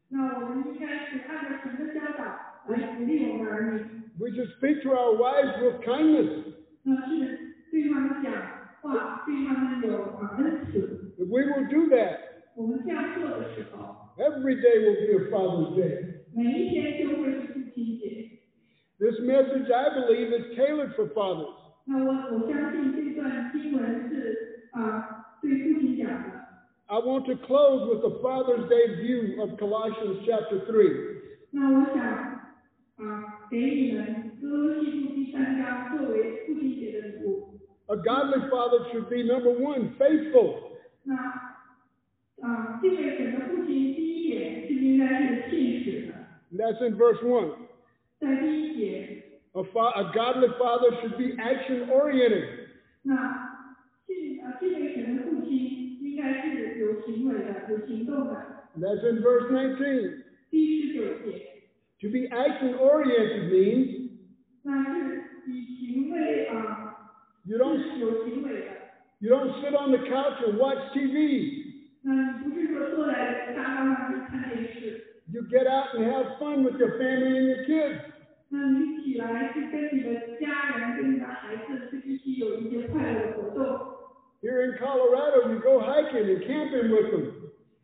Speaker 2: 那我们应该是按照神的教导来鼓励我们儿女，
Speaker 1: We should speak to our wives with kindness.
Speaker 2: 那是对他们讲话，对他们有啊恩慈。
Speaker 1: If we will do that,
Speaker 2: 我们这样做的时候，
Speaker 1: every day will be a Father's Day.
Speaker 2: 每一天就会是父亲节。
Speaker 1: This message, I believe, is tailored for fathers.
Speaker 2: 那我我相信这段经文是啊、对父亲讲的。
Speaker 1: I want to close with the Father's Day view of Colossians chapter 3.
Speaker 2: 那我想啊、给你们哥罗西书第三章作为父亲节的礼物。
Speaker 1: A godly father should be, number one, faithful.
Speaker 2: 那啊、这敬畏神的父亲第一点是应该是信使的，
Speaker 1: And that's in verse 1.
Speaker 2: 在第一节，
Speaker 1: A, fa- a godly father should be action oriented.
Speaker 2: 那信啊敬畏神的父亲应该是有行为的，有行动的。
Speaker 1: And that's in verse 19.
Speaker 2: 第十九节。
Speaker 1: To be action oriented means
Speaker 2: 那是以行为啊，
Speaker 1: You don't
Speaker 2: 是有行为的。
Speaker 1: you don't sit on the couch and watch TV.
Speaker 2: 那你不是说坐在沙发上去看电视，
Speaker 1: You get out and have fun with your family and your kids.
Speaker 2: 那你起来是跟你的家人、跟你的孩子是一起有一些快乐的活动。
Speaker 1: Here in Colorado, you go hiking and camping with them.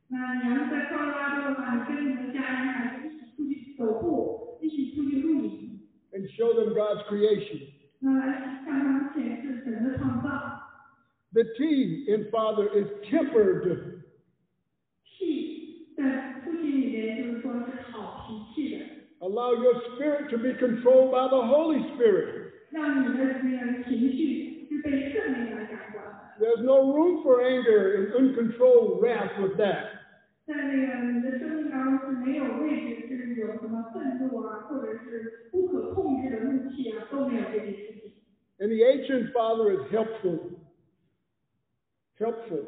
Speaker 2: 那你要是在高拉州的话，你跟你的家人、孩子一起出去走步，一起出去露营，
Speaker 1: and show them God's creation.
Speaker 2: 那来向他们显示神的创造。
Speaker 1: The T in Father is tempered.
Speaker 2: P 在父亲里面就是说是好脾气的，
Speaker 1: Allow your spirit to be controlled by the Holy Spirit.
Speaker 2: 让你的那个情绪是被圣灵来掌管的。
Speaker 1: There's no room for anger and uncontrolled wrath with that.
Speaker 2: 在那个你的生命当中是没有位置，是有什么愤怒啊，或者是不可控制的怒气啊，都没有这件事情。
Speaker 1: And the H in Father is helpful. Helpful.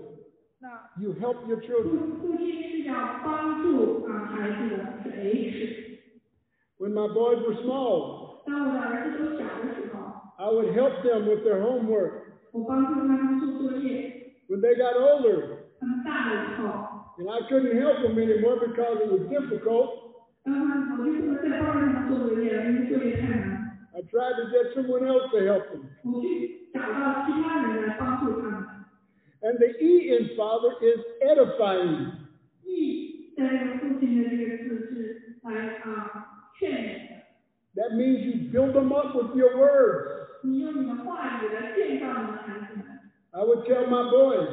Speaker 2: 那
Speaker 1: You help your
Speaker 2: 父
Speaker 1: children.
Speaker 2: 父亲是要帮助啊孩子的，是 H。
Speaker 1: When my boys were small,
Speaker 2: 当我的儿子都小的时候，
Speaker 1: I would help them with their homework.
Speaker 2: 我帮助他们做作业；
Speaker 1: When they got older
Speaker 2: 他们大了以后，
Speaker 1: and I couldn't help them anymore because it was difficult,
Speaker 2: 当他们我就不能再帮着他们做作业了，因为作业太难。
Speaker 1: I tried to get someone else to help them.
Speaker 2: 我去找到其他人来帮助他们。
Speaker 1: And the E in Father is edifying.
Speaker 2: E 在这个父亲的这个字是来啊劝勉的。
Speaker 1: That means you build them up with your words.
Speaker 2: 你用你的话语来建造你的孩子们。
Speaker 1: I would tell my boys,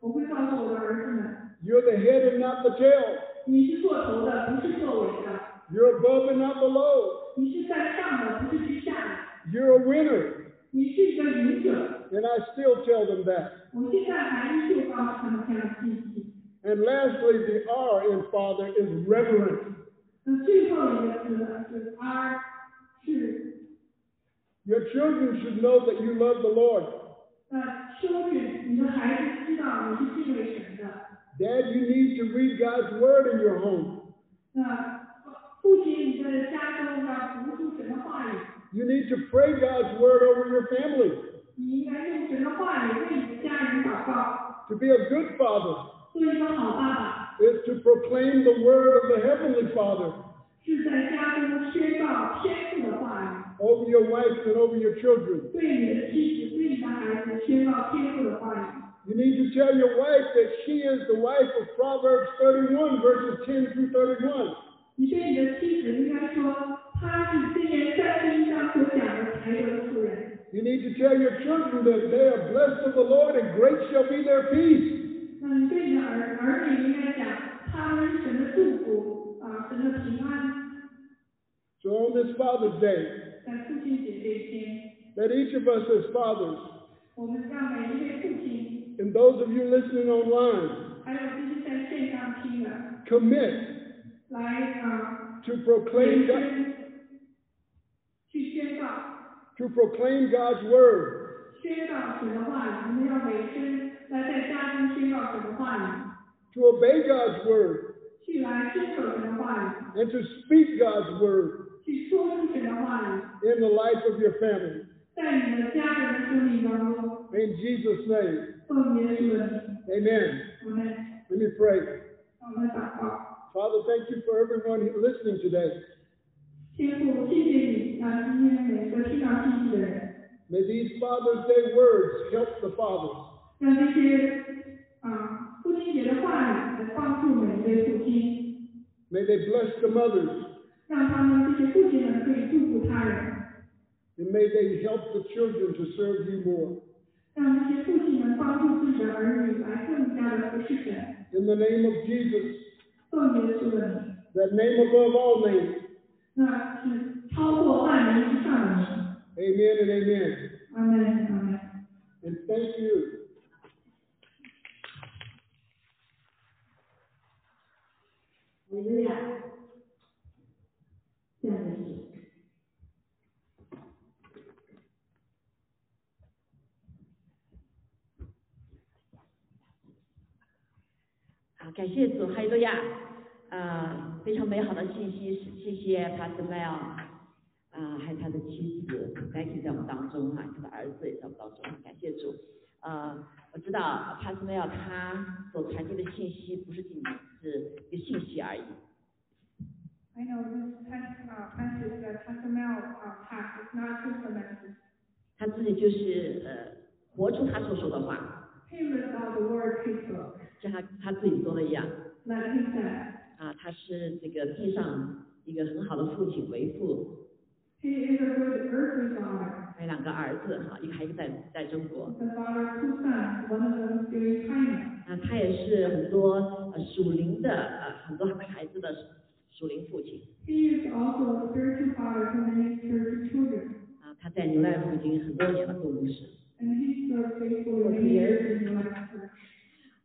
Speaker 2: 我会告诉我的儿子们，
Speaker 1: you're the head and not the tail.
Speaker 2: 你是做头的，不是做尾的；
Speaker 1: You're above and not below.
Speaker 2: 你是在上的，不是居下的；
Speaker 1: You're a winner.
Speaker 2: 你是一个赢者。
Speaker 1: And I still tell them that.
Speaker 2: 我现在还依旧告诉他们这样的信息。
Speaker 1: And lastly, the R in Father is reverent.
Speaker 2: 那最后一个字呢是 R，是
Speaker 1: Your children should know that you love the Lord.
Speaker 2: 那呃收拾你的孩子知道你是敬畏神的。
Speaker 1: Dad, you need to read God's word in your home.
Speaker 2: 那不仅你在家中要读出神的话语，
Speaker 1: You need to pray God's word over your family
Speaker 2: 你应该用神的话语为你的家人祷告，
Speaker 1: to be a good father.
Speaker 2: 做一个好爸爸。
Speaker 1: is to proclaim the word of the Heavenly Father
Speaker 2: 是在家中宣告天父的话
Speaker 1: over your wife and over your
Speaker 2: 语，
Speaker 1: children.
Speaker 2: 对你的妻子、对你的孩子宣告天父的话语。
Speaker 1: You need to tell your wife that she is the wife of Proverbs 31, verses 10 through 31.
Speaker 2: 你对你的妻子应该说，她是箴言三十一章所讲的才德妇人。
Speaker 1: You need to tell your children that they are blessed of the Lord and great shall be their peace.
Speaker 2: 那你对你的儿儿女应该讲，他们是神的祝福，啊、神的平安。
Speaker 1: So on this Father's Day,
Speaker 2: 在父亲节这一天，
Speaker 1: that each of us as fathers,
Speaker 2: 我们让每一位父亲，
Speaker 1: and those of you listening online,
Speaker 2: 还有这些在线上听的，
Speaker 1: commit
Speaker 2: 来啊，
Speaker 1: to proclaim, God,
Speaker 2: 去宣告，
Speaker 1: to proclaim God's word
Speaker 2: 宣告神的话语，我们要委身来在家中宣告神的话语，
Speaker 1: to obey God's word
Speaker 2: 去来遵守神的话语，
Speaker 1: and to speak God's word
Speaker 2: 去说出神的话语，
Speaker 1: in the life of your family.
Speaker 2: 在你的家人的生命当中，
Speaker 1: In Jesus' name,
Speaker 2: 奉耶稣的名，
Speaker 1: amen.
Speaker 2: 我们，
Speaker 1: Let me pray.
Speaker 2: 让我们祷告。
Speaker 1: Father, thank you for everyone listening today.
Speaker 2: 天父，谢谢你啊，今天每个听到信息的人，
Speaker 1: May these Father's Day words help the fathers.
Speaker 2: 让这些啊父亲节的话语来帮助每一位父亲，
Speaker 1: May they bless the mothers,
Speaker 2: 让他们这些父亲们可以祝福他人，
Speaker 1: and may they help the children to serve you more.
Speaker 2: 让这些父亲们帮助自己的儿女来更加的服侍神，
Speaker 1: In the name of Jesus,
Speaker 2: 奉耶稣的名，
Speaker 1: that name above all names,
Speaker 2: 那是超过万名之上的名。
Speaker 1: amen and amen.
Speaker 2: 阿门，阿门。
Speaker 1: And thank you.
Speaker 2: Hallelujah. 这样的主。
Speaker 3: 啊，感谢主，哈利路亚！啊、非常美好的信息，谢谢 Pastor Mel，啊、还有他的妻子 Becky 在我们当中啊，他的儿子也在我们当中，感谢主。呃，我知道 Pastor Mel 他所传递的信息不是仅仅是一个信息而已，
Speaker 2: I know this test uh, message that personnel uh, pass is not just a message.
Speaker 3: 他自己就是呃活出他所说的话，
Speaker 2: He read about the word people,
Speaker 3: 像他他自己说的一样
Speaker 2: like he said.
Speaker 3: 啊，他是这个地上一个很好的父亲为父，
Speaker 2: He is a good earthly father.
Speaker 3: 还有两个儿子哈、一个还一个在在中国。
Speaker 2: The father of two sons, one of them is doing China.
Speaker 3: 啊，他也是很多呃属灵的呃很多孩子的属灵父亲
Speaker 2: He is also a spiritual father to many spiritual children.
Speaker 3: 啊，他在牛奶附近很多年的做牧师
Speaker 2: And he served faithfully many years in the last church.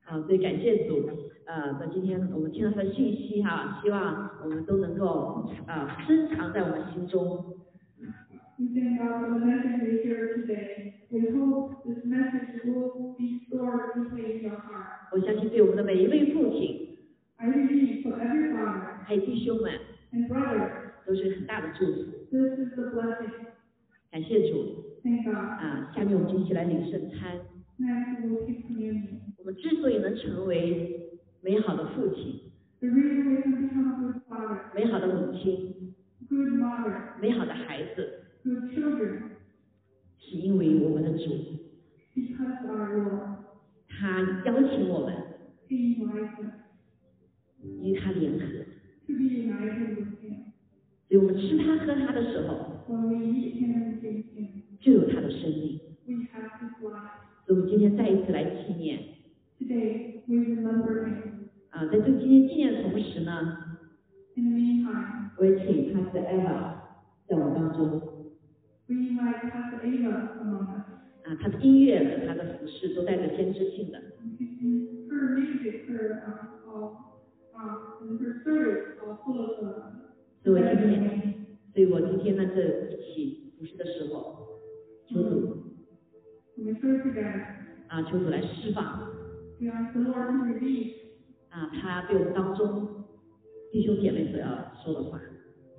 Speaker 3: 啊，所以感谢主，呃，那今天我们听到他的信息哈、希望我们都能够啊深藏在我们心中
Speaker 2: We thank God for the message we hear today. We hope this message will be stored deeply in your heart.
Speaker 3: 我相信对我们的每一位父亲
Speaker 2: I believe for every father
Speaker 3: 还有弟兄们
Speaker 2: and brother
Speaker 3: 都是很大的祝福，
Speaker 2: This is the blessing.
Speaker 3: 感谢主
Speaker 2: Thank God.
Speaker 3: 啊！下面我们就一起来领圣餐。
Speaker 2: Next, we will take communion.
Speaker 3: 我们之所以能成为美好的父亲、
Speaker 2: The reason we can become good father,
Speaker 3: 美好的母亲、
Speaker 2: good mother,
Speaker 3: 美好的孩子，
Speaker 2: good children,
Speaker 3: 是因为我们的主，
Speaker 2: because our Lord,
Speaker 3: 他邀请我们
Speaker 2: He invites us
Speaker 3: 与他联合，
Speaker 2: to be united with Him.
Speaker 3: 所以我们吃它喝它的时候，
Speaker 2: When we eat him and drink him,
Speaker 3: 就有它的生命。
Speaker 2: we have his life.
Speaker 3: 所以我们今天再一次来纪念
Speaker 2: Today, we remember him.
Speaker 3: 啊，在这今天纪念的同时呢，
Speaker 2: In the meantime,
Speaker 3: 我也请 Pastor Eva 在我们当中
Speaker 2: we invite Pastor Ava among us.
Speaker 3: 啊，她的音乐和她的服饰都带着先知性的。
Speaker 2: Her music, her um, all, um, and her service, all full of uh, love.
Speaker 3: 所以我今天，所以我今天呢，这一起服侍的时候，求主
Speaker 2: When we serve together,
Speaker 3: 啊，求主来释放
Speaker 2: we ask the Lord to release
Speaker 3: 啊，他对我们当中弟兄姐妹所要说的话。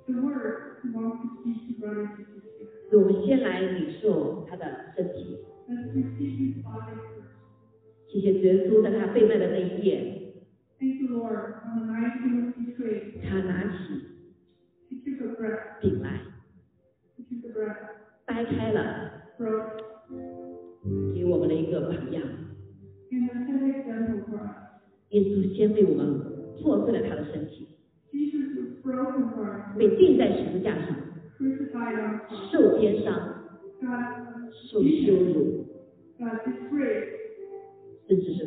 Speaker 2: the word He wants to speak to brothers and sisters.
Speaker 3: 所以我们先来领受他的身体。
Speaker 2: Let's receive His body first.
Speaker 3: 谢谢耶稣，在他被卖的那一夜，
Speaker 2: Thank the Lord. On the night He was betrayed,
Speaker 3: 他拿起
Speaker 2: He took a breath.
Speaker 3: 饼来，
Speaker 2: He took a breath,
Speaker 3: 掰开了，
Speaker 2: broke,
Speaker 3: 给我们了一个榜样。
Speaker 2: and then set an example for us.
Speaker 3: 耶稣先为我们破碎了他的身体，
Speaker 2: Jesus was broken for us,
Speaker 3: 被钉在十字架上，
Speaker 2: crucified on the cross.
Speaker 3: 受鞭伤，
Speaker 2: God,
Speaker 3: 受羞辱，
Speaker 2: God disgraced,
Speaker 3: 甚至是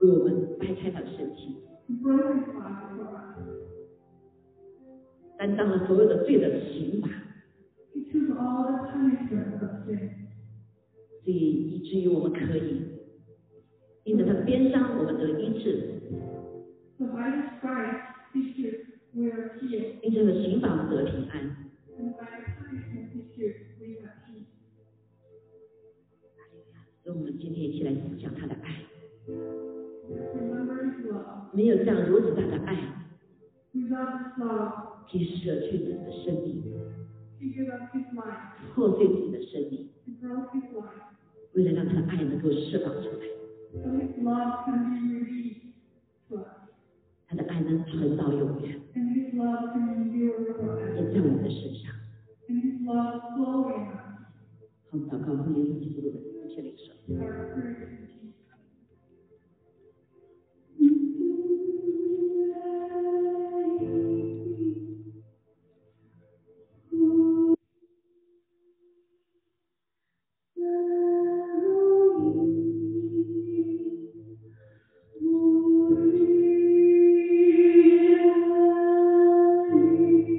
Speaker 3: 为我们掰开他的身体，
Speaker 2: He broke His body for us.
Speaker 3: 担当了所有的罪的刑罚，
Speaker 2: He took all the punishment of sin.
Speaker 3: 所以以至于我们可以因着他的鞭伤，我们得医治；
Speaker 2: So by his stripes, he should wear healed,
Speaker 3: 因着他的刑罚，我们得平安。
Speaker 2: and by his punishment, he should we have peace.
Speaker 3: 所以我们今天一起来思想他的爱，
Speaker 2: Remember his love.
Speaker 3: 没有这样如此大的爱，
Speaker 2: Without his love,
Speaker 3: 去舍去自己的生命，
Speaker 2: he gave up his life.
Speaker 3: 破碎自己的生命，
Speaker 2: He broke his life.
Speaker 3: 为了让他的爱能够释放出来，
Speaker 2: So his love can be released to us,
Speaker 3: 他的爱能存到永远，
Speaker 2: and his love can endure forever,
Speaker 3: 也在我们的身上。
Speaker 2: and his love flowing us.
Speaker 3: 好，祷告，奉耶稣基督的名，确领受。
Speaker 2: Our courage and peace.
Speaker 3: Thank you.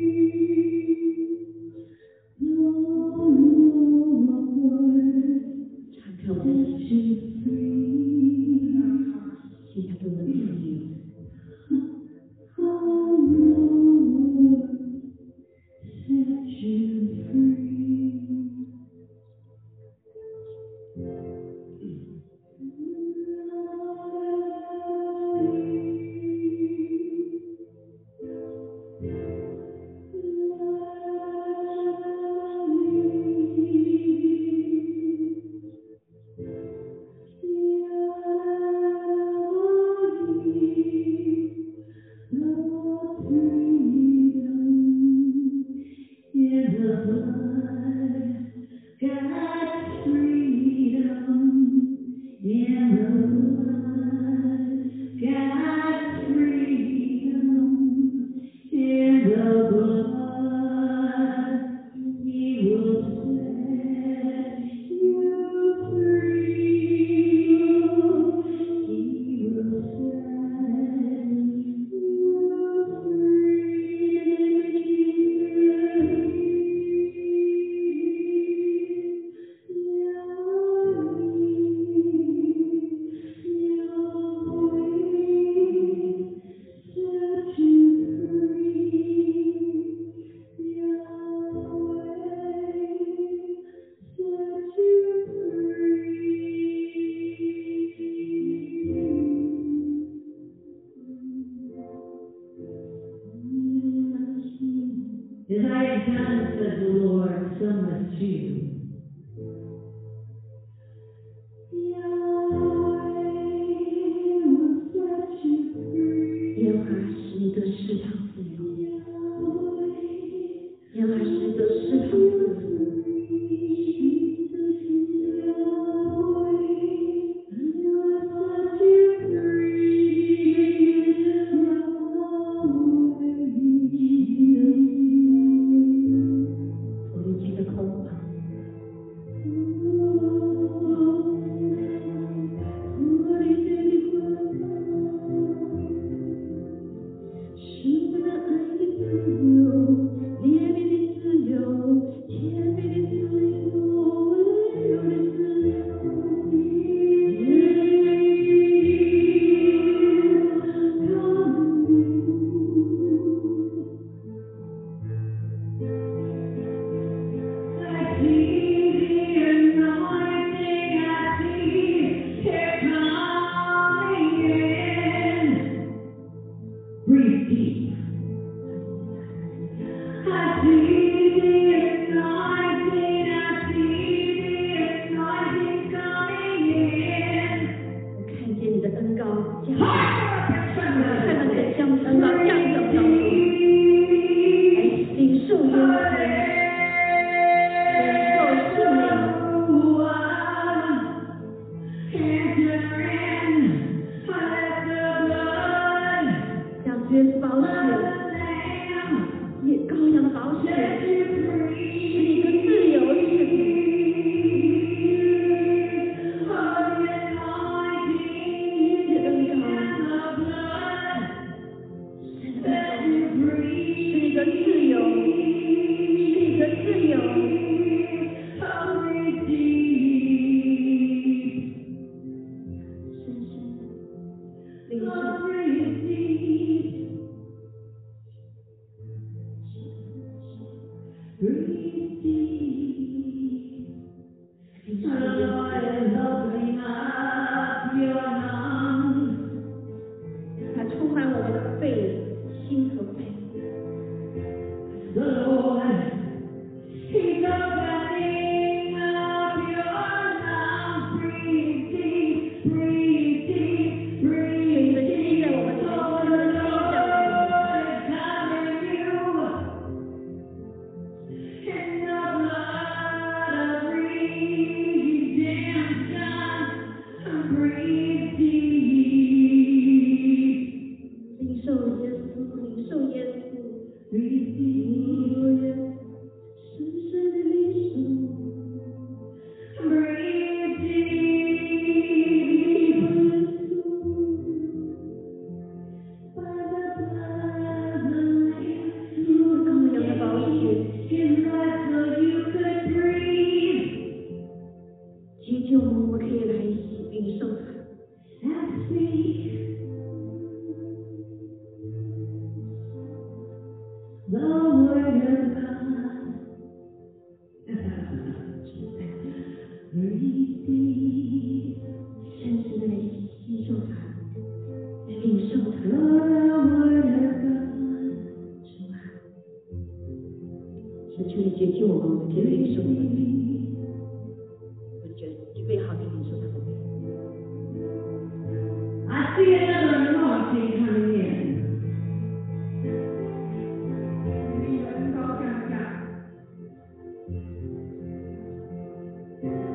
Speaker 2: the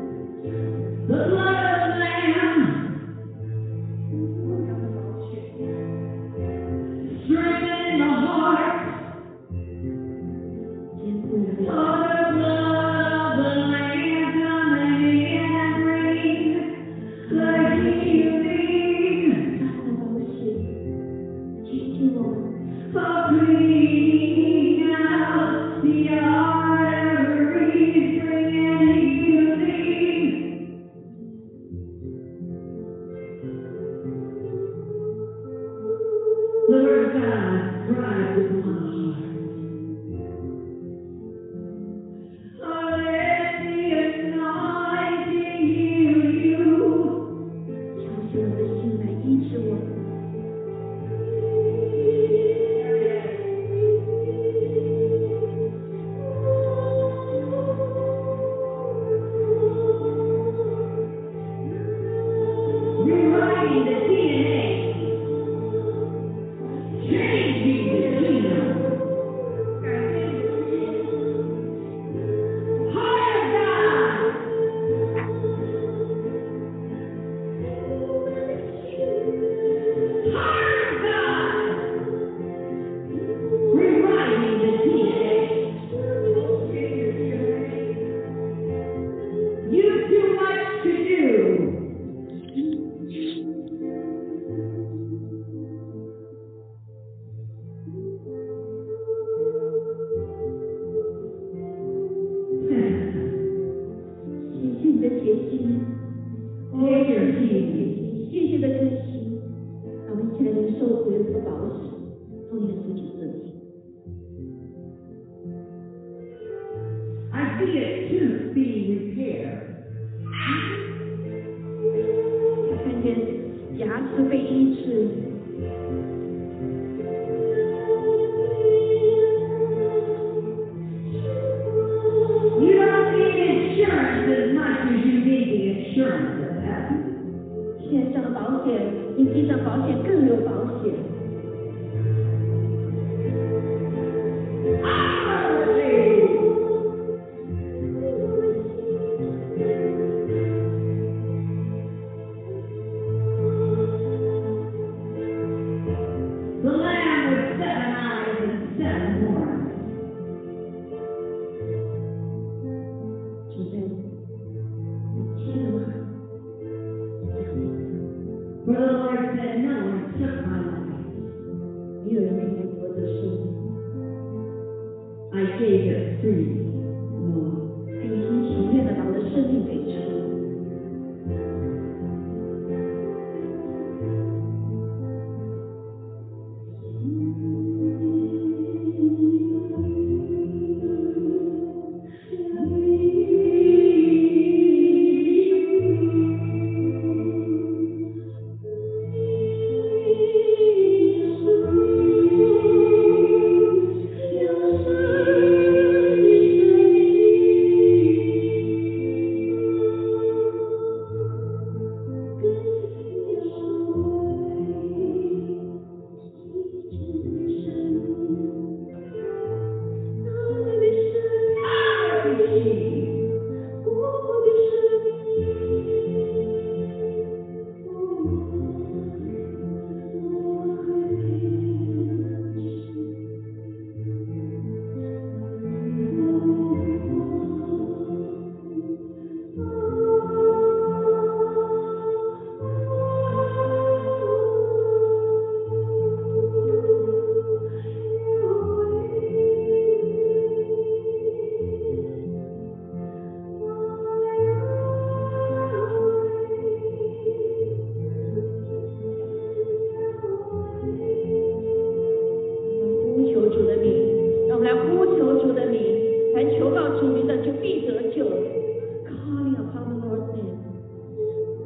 Speaker 2: blood of the Lamb,
Speaker 4: 不能流血，
Speaker 2: strengthen the heart
Speaker 3: 坚固我
Speaker 2: for the
Speaker 3: 们
Speaker 2: blood of the Lamb, coming in and bring the healing.
Speaker 3: 大大的宝血，洁净我们。
Speaker 2: So clean out the arteries, bring in healing.
Speaker 3: 调节我们的心来医治我们，
Speaker 4: 改变流血，给你的血泪，
Speaker 2: You too much to do.
Speaker 3: 谢谢你的洁净，
Speaker 2: Take your healing.
Speaker 3: 谢谢你的珍惜。让我们一起来领受主耶稣的宝血，做你的肢体自己。
Speaker 2: I see a tooth being repaired.
Speaker 3: 看见牙齿被医治，
Speaker 2: You don't need insurance as much as you need the insurance of heaven.
Speaker 3: 线上的保险比地上保险更有保险。
Speaker 2: Hallelujah. The lamb with seven eyes and seven horns.
Speaker 3: 主在你听了吗？这个名字，
Speaker 2: For the Lord said, No one took my
Speaker 3: 没有人可以来夺得生命，
Speaker 2: life. I gave it freely.
Speaker 3: 我甘心情愿的把我的生命给出。呼求主的名，让我们来呼求主的名，凡求告主名的就必得救。Calling upon the Lord's name。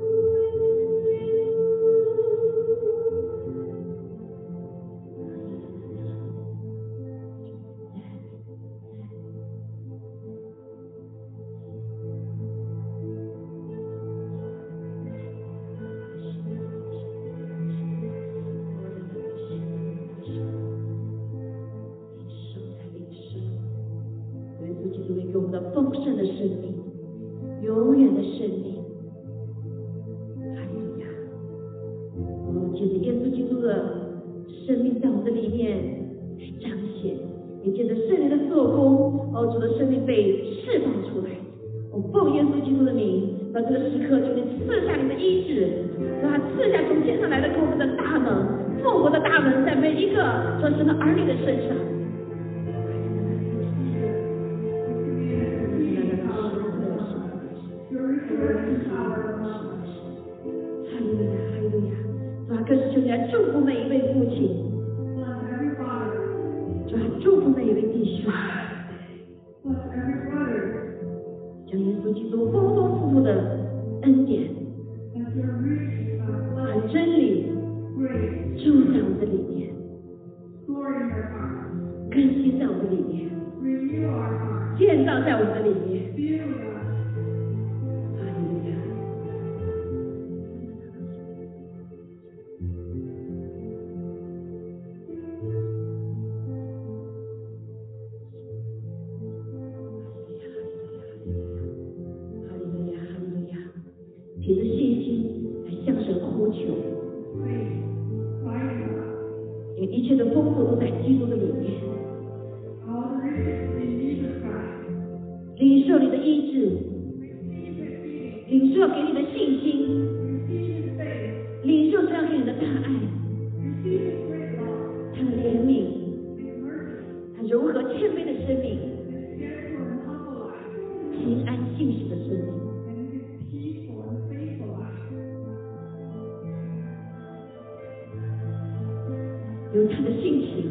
Speaker 3: 领受来领受，主耶稣基督给我们的丰盛的生命，永远的生命，哎借着圣灵的做工，哦，主的生命被释放出来。我奉耶稣基督的名，把这个时刻，求你赐下你的医治，让它赐下从天上来的给我们的大能，复活的大能，在每一个转身的儿女的身上。嗯啊哈利路亚，哈利路亚！主啊，更是求你来祝福每一位父亲，
Speaker 2: Bless every father,
Speaker 3: 主啊，祝福每一位弟兄，
Speaker 2: bless every brother,
Speaker 3: 将耶稣基督丰丰富富的恩典
Speaker 2: bless your rich, uh,
Speaker 3: 和
Speaker 2: blessing,
Speaker 3: 真理
Speaker 2: grace,
Speaker 3: 住在我们的里面，
Speaker 2: glory in our hearts.
Speaker 3: 更新在我们的里面，
Speaker 2: Renew our hearts.
Speaker 3: 建造在我们的里面。
Speaker 2: Build us.
Speaker 3: 哈利路亚！哈利路亚，哈利路亚！凭着信心来向神呼求，
Speaker 2: Faith. Find
Speaker 3: 因为一切的丰富都在基督的里面。
Speaker 2: us. All the riches in Jesus Christ.
Speaker 3: 领受你的医治，
Speaker 2: Receive the healing.
Speaker 3: 领受给你的信心，
Speaker 2: Receive his faith.
Speaker 3: 领受这样给你的大爱，
Speaker 2: Receive his great love.
Speaker 3: 他的怜悯，
Speaker 2: His mercy.
Speaker 3: 他柔和谦卑的生命，
Speaker 2: His gentle and humble life.
Speaker 3: 平安信实的生命。
Speaker 2: And his peaceful and faithful life.
Speaker 3: 有他的性情，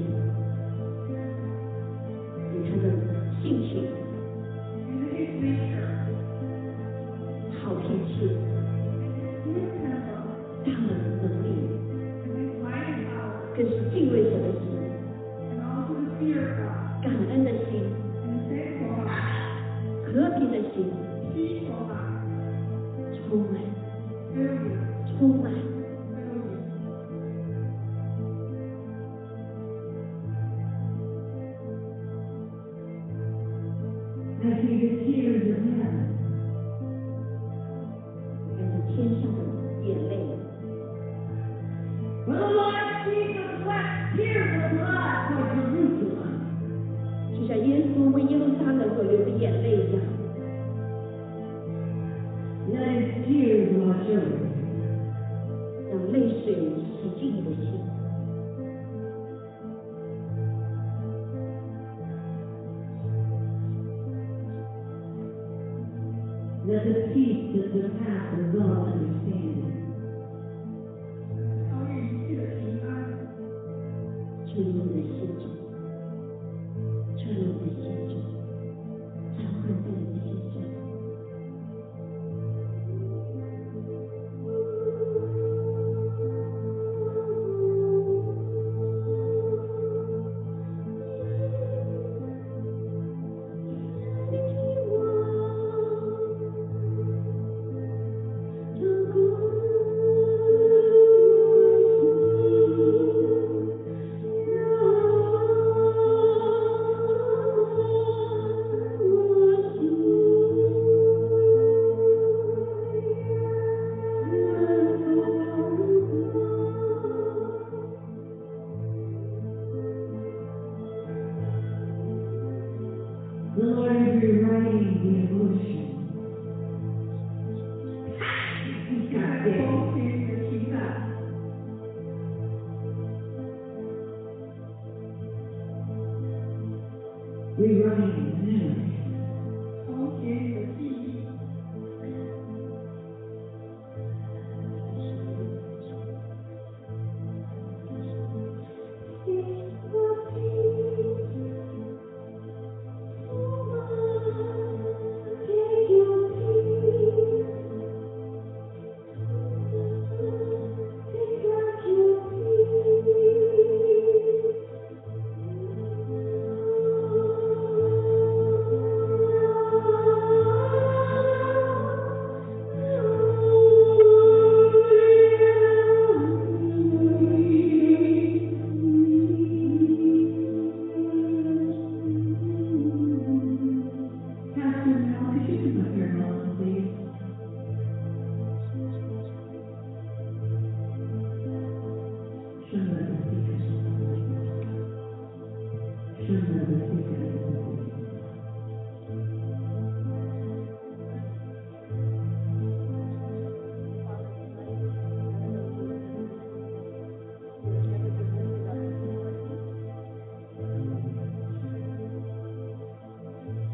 Speaker 3: 有他的性情，
Speaker 2: And his nature.
Speaker 3: 好脾气，
Speaker 2: His temper.
Speaker 3: 大能能力，
Speaker 2: And his mighty power.
Speaker 3: 更是敬畏神的心，
Speaker 2: And also the fear of God.
Speaker 3: 感恩的心，
Speaker 2: And thankful heart.
Speaker 3: 和平的心，
Speaker 2: Peaceful heart.
Speaker 3: 充满，
Speaker 2: Fill you.
Speaker 3: 充满，
Speaker 2: Fill you.
Speaker 5: I see the tears of heaven.
Speaker 3: 来自天上的眼泪。
Speaker 5: For the Lord Jesus wept tears of blood for Jerusalem.
Speaker 3: 就像耶稣为耶路撒冷所流的眼泪一样，
Speaker 5: Let his tears wash over. you.
Speaker 3: 让泪水洗净你的心。
Speaker 5: Let the peace that surpasses all understanding
Speaker 2: 超越一切的平安，
Speaker 3: 就入你的心中，就入你的心中，转换在你的心上。
Speaker 5: No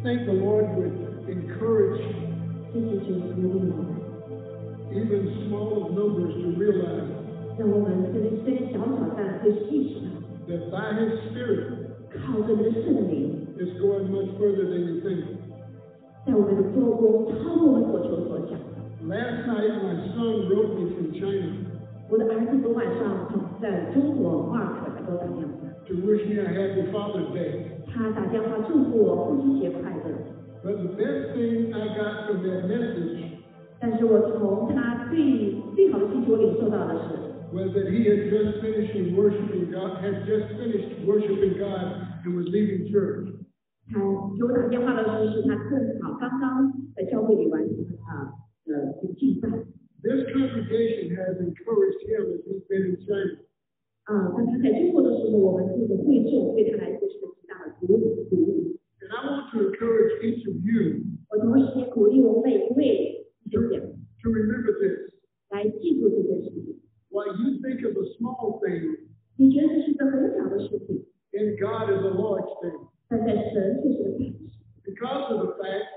Speaker 1: think the Lord would encourage
Speaker 3: 谢谢主鼓励我们，
Speaker 1: even small numbers to realize
Speaker 3: 让我们这个虽然小小但会细想，
Speaker 1: that by His Spirit
Speaker 3: 靠着你的圣灵，
Speaker 1: is going much further than you think.
Speaker 3: 在我们的做工超过我们所求所想。
Speaker 1: Last night, my son wrote me from China
Speaker 3: 我的儿子昨晚上从在中国马尔可来给我打电话，
Speaker 1: to wish me a happy Father's Day.
Speaker 3: 他打电话祝福我父亲节快乐。
Speaker 1: But the best thing I got from that message
Speaker 3: 但是我从他最最好的信息我领受到的是，
Speaker 1: was that he had just finished worshiping God, had just finished worshiping God and was leaving church.
Speaker 3: 他给我打电话的时候是他正好刚刚在教会里完成啊呃敬拜，
Speaker 1: This congregation has encouraged him as he's been in China.
Speaker 3: 啊，那他在中国的时候，我们这个会众对他来说是个极大的鼓舞鼓舞。
Speaker 1: And I want to encourage each of you
Speaker 3: 我同时也鼓励我们每一位弟兄姐妹
Speaker 1: to remember this.
Speaker 3: 来记住这件事情。
Speaker 1: What you think is a small thing
Speaker 3: 你觉得是个很小的事情，
Speaker 1: in God is a large thing
Speaker 3: 但在神却是个大事。
Speaker 1: because of the fact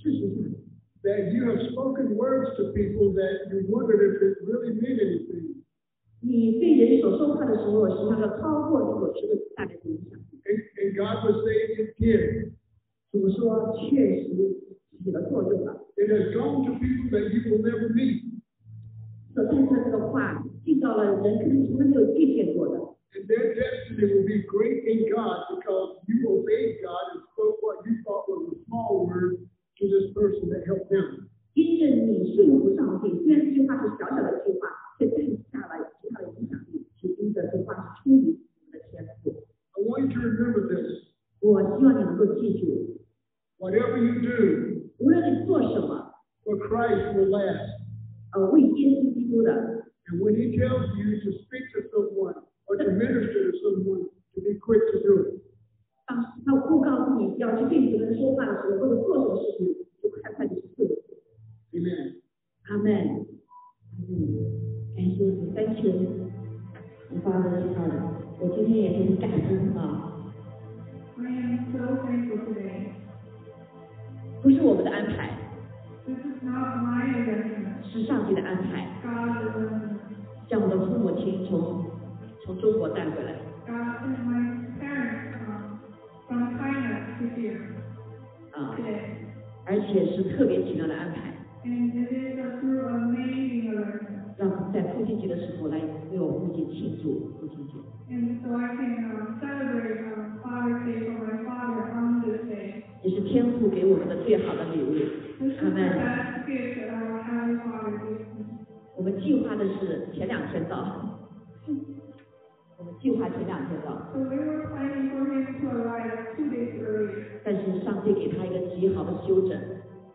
Speaker 3: 事实上，
Speaker 1: that you have spoken words to people that you wondered if it really meant anything.
Speaker 3: 你对人所说话的时候，实际上要超过你所知的带来的影响。
Speaker 1: And, and God was saying it did.
Speaker 3: 主说确实起了作用了，
Speaker 1: It has gone to people that you will never meet.
Speaker 3: 所带出来这个话进到了人可能从来没有遇见过的。
Speaker 1: And their destiny will be great in God because you obeyed God and spoke what you thought was a small word to this person that helped them.
Speaker 3: 因着你顺服上帝，虽然这句话是小小的一句话，却带下了极大的影响力，是因着这话是出于我们的天赋。
Speaker 1: I want you to remember this.
Speaker 3: 我希望你能够记住，
Speaker 1: Whatever you do
Speaker 3: 无论你做什么，
Speaker 1: for Christ will last.
Speaker 3: 呃，为耶稣基督的，
Speaker 1: And when he tells you to speak to someone or to minister to someone, to be quick to do it.
Speaker 3: 当时他我告诉你要去对别人说话的时候，或者做什么事情，就快快的去做。
Speaker 1: Amen.
Speaker 3: 阿门。嗯，感谢主，Thank you。Father，嗯，我今天也给你感恩啊，
Speaker 2: I am so thankful today.
Speaker 3: 不是我们的安排，
Speaker 2: This is not my arrangement.
Speaker 3: 是上帝的安排。
Speaker 2: God arrangement.
Speaker 3: 像我的父母亲从从中国带回来，
Speaker 2: God sent my parents um, from China to here
Speaker 3: 啊，
Speaker 2: today.
Speaker 3: 而且是特别奇妙的安排，
Speaker 2: And it is a true amazing arrangement.
Speaker 3: 让在父亲节的时候来为我父亲庆祝父亲节。
Speaker 2: And so I can um, celebrate um, Father's Day for my father on this day.
Speaker 3: 也是天父给我们的最好的礼物
Speaker 2: This is。the
Speaker 3: 阿门。
Speaker 2: best gift that our Heavenly Father gives me.
Speaker 3: 我们计划的是前两天到，我们计划前两天到，
Speaker 2: So we were planning for him to arrive two days earlier.
Speaker 3: 但是上帝给他一个极好的修正，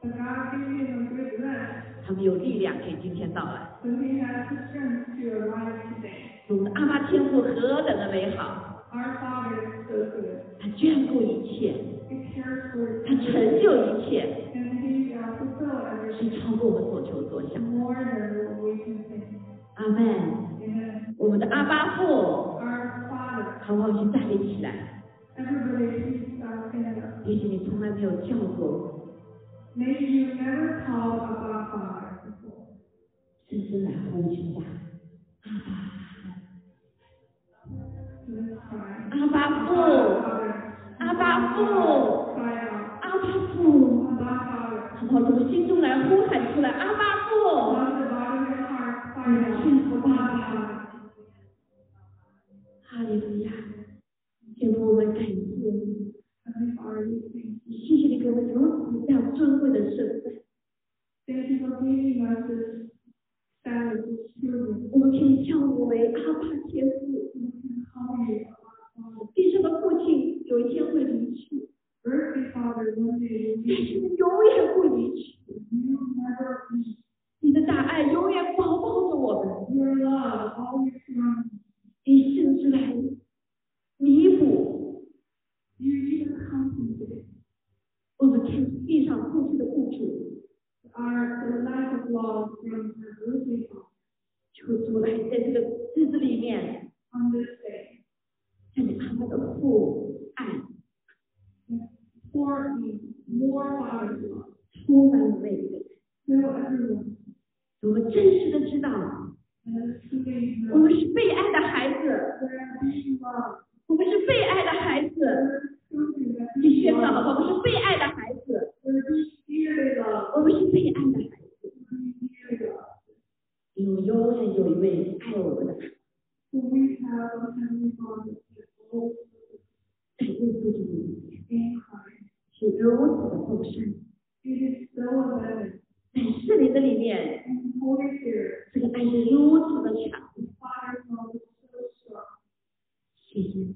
Speaker 2: But God gave him a good rest,
Speaker 3: 他们有力量可以今天到来。
Speaker 2: so he has the strength to arrive today.
Speaker 3: 我们的阿爸天父何等的美好，
Speaker 2: Our Father is so good.
Speaker 3: 他眷顾一切，
Speaker 2: He cares for
Speaker 3: 他成就一切。
Speaker 2: and he uh, fulfills everything
Speaker 3: 是超过我们所求所想。
Speaker 2: more than what we can think.
Speaker 3: 阿门。
Speaker 2: Amen.
Speaker 3: 我们的阿巴父，
Speaker 2: Our Father.
Speaker 3: 好不好？去站立起来。
Speaker 2: Everybody, please uh, stand up.
Speaker 3: 也许你从来没有叫过
Speaker 2: May you never call about Father before.
Speaker 3: 深深来呼求吧，
Speaker 2: Let's cry.
Speaker 3: 阿巴父，
Speaker 2: Father.
Speaker 3: 阿巴父，
Speaker 2: Cry out.
Speaker 3: 阿巴父，
Speaker 2: About Father.
Speaker 3: 好不好？从心中来呼喊出来，阿巴父，
Speaker 2: From the bottom of your heart, cry out. About Father.
Speaker 3: 哈利路亚！天父，我们感谢你，
Speaker 2: Heavenly Father, we thank you.
Speaker 3: 谢谢你给我们如此这样尊贵的身份，
Speaker 2: Thank you for giving us this status as children.
Speaker 3: 我们可以叫你为阿爸天父。
Speaker 2: We can call you Abba Father.
Speaker 3: 地上的父亲有一天会离去，
Speaker 2: Earthly Father, one day you'll be.
Speaker 3: 但是永远不离去。
Speaker 2: You'll never be.
Speaker 3: 你的大爱永远包包着我们，
Speaker 2: Your love always surrounds you.
Speaker 3: 你甚至来弥补
Speaker 2: You even compensate.
Speaker 3: 我们天地上过去的付出。
Speaker 2: are the lack of love from her earthly home
Speaker 3: 求主来在这个日子里面，
Speaker 2: on this day.
Speaker 3: 向你阿爸的父爱，
Speaker 2: For me, more father's love
Speaker 3: 充满了魅力。
Speaker 2: fill everyone.
Speaker 3: 我们真实的知道，
Speaker 2: And then the students
Speaker 3: 我们是被爱的孩子，
Speaker 2: are being loved.
Speaker 3: 我们是被爱的孩子。
Speaker 2: Children that
Speaker 3: 你
Speaker 2: being
Speaker 3: 宣告好
Speaker 2: loved.
Speaker 3: 吧，我们是被爱的孩子，
Speaker 2: They're being dearly loved.
Speaker 3: 我们是被爱的孩子。
Speaker 2: They're being dearly loved.
Speaker 3: 因为永远有一位爱我们的孩子，
Speaker 2: So we have a heavenly father that holds
Speaker 3: 在耶稣基督里面
Speaker 2: in Christ.
Speaker 3: 是如此的丰盛，
Speaker 2: It is so abundant.
Speaker 3: 在圣灵的里面，
Speaker 2: And the Holy Spirit,
Speaker 3: 这个爱是如此的强。
Speaker 2: the Father's love is so strong.
Speaker 3: 谢谢主，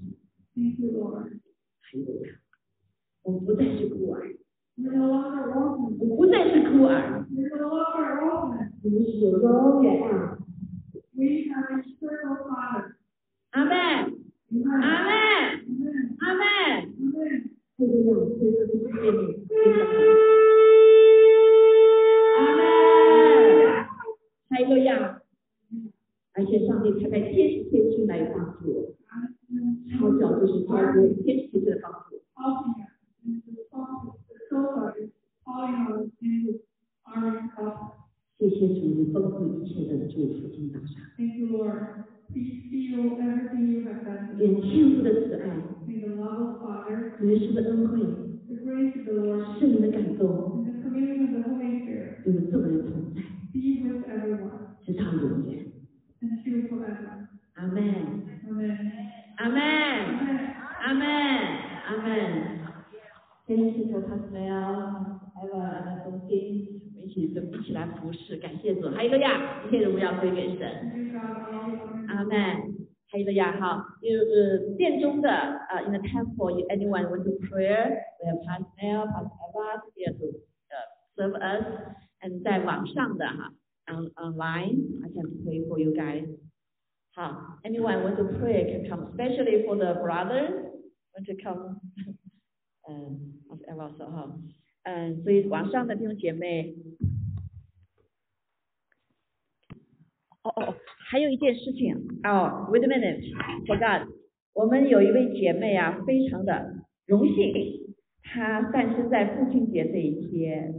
Speaker 2: Thank you, Lord.
Speaker 3: 还有呀，我不再是孤儿，
Speaker 2: We're no longer orphans.
Speaker 3: 我不再是孤儿，
Speaker 2: We're no longer orphans.
Speaker 3: 我们是有永远爱。
Speaker 2: We have a eternal Father.
Speaker 3: 阿妹，阿
Speaker 2: Amen.
Speaker 3: 妹，
Speaker 2: Amen.
Speaker 3: 阿妹。
Speaker 2: Amen.
Speaker 3: 这个样子，这个就是对你还有呀，而且上帝才在天使天使来帮助我，超脚就是超过天使天使的帮助我。谢谢主，你丰富一切的祝福引导上，愿天父的慈爱、耶稣的恩惠、圣灵的感动与我们众人同在，直到永远。阿门，阿门。阿门，阿门。先谢主，他是没有，还有我们中心，我们一起都一起来服侍，感谢主。还有一个呀，一切荣耀归给神。阿门。还有一个呀，哈，因为呃殿中的啊、i n the temple, if anyone want to prayer, we have Pastor Mel, Pastor Eva here to 呃 serve us, and 在网上的哈，on online, I can pray for you guys. 好，anyone want to pray can come, especially for the brother want to come. *laughs* 嗯，of e v e r 哈，嗯，所以 um, 网上的弟兄姐妹，哦哦，哦，还有一件事情哦、w a i t a minute，forgot，我们有一位姐妹啊，非常的荣幸，她诞生在父亲节这一天，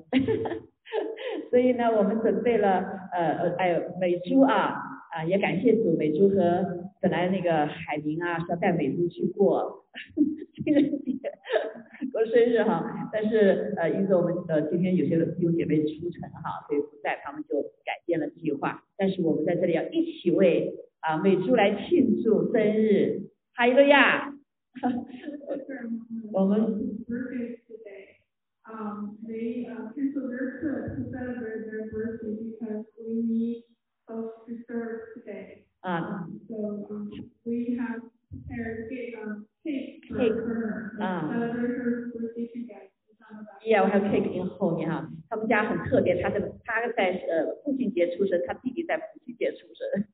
Speaker 3: *laughs* 所以呢，我们准备了呃呃，哎呦，美珠啊啊，也感谢主，美珠和本来那个海明啊是要带美珠去过 *laughs* 情人节过生日哈，但是呃，因为我们呃今天有些弟兄姐妹出城哈，所以不在，他们就改变了计划。但是我们在这里要一起为啊、美珠来庆祝生日，哈利路亚！我们
Speaker 2: birthdays today. Um, they uh, cancel their trip to celebrate their birthday because we need those preserved today.
Speaker 3: 啊
Speaker 2: Um, so um, we have prepared cake, um, cake for
Speaker 3: Cake.
Speaker 2: her to
Speaker 3: Ah.
Speaker 2: celebrate her birthday today.
Speaker 3: 啊，Yeah，我还有 cake in 后面哈，他们家很特别，他在他在呃父亲节出生，他弟弟在母亲节出生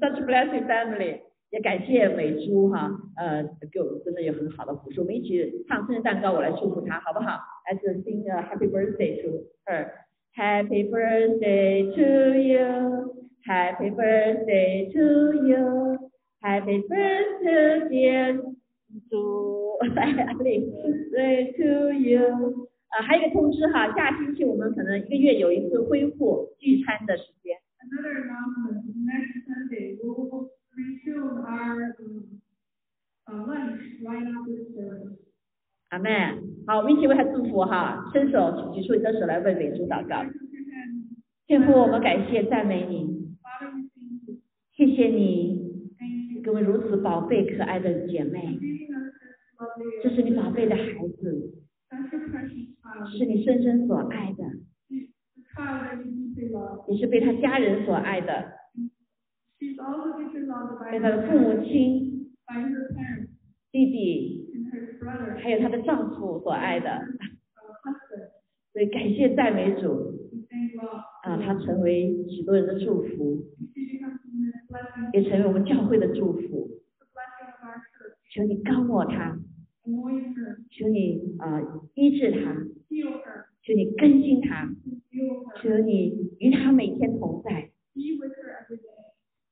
Speaker 3: ，such blessed family。也感谢美珠哈，呃，给我们真的有很好的扶持。我们一起唱生日蛋糕，我来祝福她，好不好？Let's sing a happy birthday to her. Happy birthday to you. Happy birthday to you. Happy birthday dear 祝 *laughs* Happy birthday to you。啊，还有一个通知哈，下星期我们可能一个月有一次恢复聚餐的时间。
Speaker 2: Another announcement, next Sunday, we will resume our um, uh, lunch right after service.
Speaker 3: 阿妹，好，我们一起为她祝福哈，伸手举出你的手来为美珠祷告。天父，我们感谢赞美你，
Speaker 2: Father, we thank you.
Speaker 3: 谢谢你
Speaker 2: Thank you
Speaker 3: 给我们如此宝贝可爱的姐妹
Speaker 2: for，giving us this lovely,
Speaker 3: 这是你宝贝的孩子，
Speaker 2: such a precious child.
Speaker 3: 是你深深所爱的，
Speaker 2: The child that you deeply love.
Speaker 3: 也是被他家人所爱的，
Speaker 2: She's also deeply loved by
Speaker 3: 被他
Speaker 2: her
Speaker 3: 的父母
Speaker 2: parents,
Speaker 3: 亲、
Speaker 2: by her parents
Speaker 3: 弟弟，
Speaker 2: and her brother,
Speaker 3: 还有她的丈夫所爱的。
Speaker 2: uh, husband.
Speaker 3: 所以感谢赞美主
Speaker 2: We thank God.
Speaker 3: 啊，他成为许多人的祝福，
Speaker 2: She becomes a blessing,
Speaker 3: 也成为我们教会的祝福。
Speaker 2: the blessing of our church.
Speaker 3: 求你高抹他，
Speaker 2: Anoint her,
Speaker 3: 求你啊、医治他，
Speaker 2: heal her,
Speaker 3: 求你更新他，
Speaker 2: heal her.
Speaker 3: 求你与他每天同在，
Speaker 2: Be with her every day.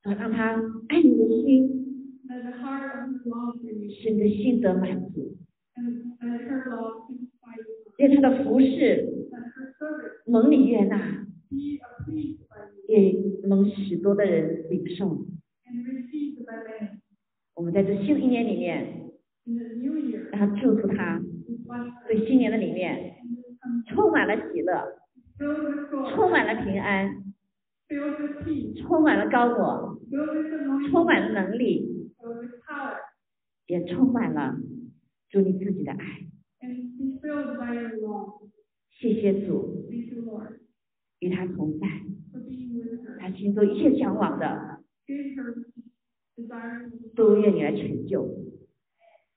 Speaker 3: 啊，让他爱你的心，
Speaker 2: Let the heart of her love for you
Speaker 3: 使你的心得满足，
Speaker 2: and let her love inspire you.
Speaker 3: 让他的服饰
Speaker 2: and her service
Speaker 3: 蒙你悦纳，
Speaker 2: be appeased by you
Speaker 3: 也蒙许多的人领受。
Speaker 2: and received by many.
Speaker 3: 我们在这新一年里面，
Speaker 2: In the new year,
Speaker 3: 然后祝福他，
Speaker 2: we want
Speaker 3: 对新年的里面
Speaker 2: to come
Speaker 3: 充满了喜乐，
Speaker 2: filled with joy,
Speaker 3: 充满了平安，
Speaker 2: filled with peace,
Speaker 3: 充满了高我，
Speaker 2: filled with
Speaker 3: 充
Speaker 2: anointing,
Speaker 3: 满了能力，
Speaker 2: filled with power,
Speaker 3: 也充满了主你自己的爱。
Speaker 2: and be filled by your love.
Speaker 3: 谢谢主，
Speaker 2: Thank you, Lord,
Speaker 3: 与他同在，
Speaker 2: for being with her.
Speaker 3: 他心中一切向往的
Speaker 2: Give her desires and
Speaker 3: 都愿你来成就，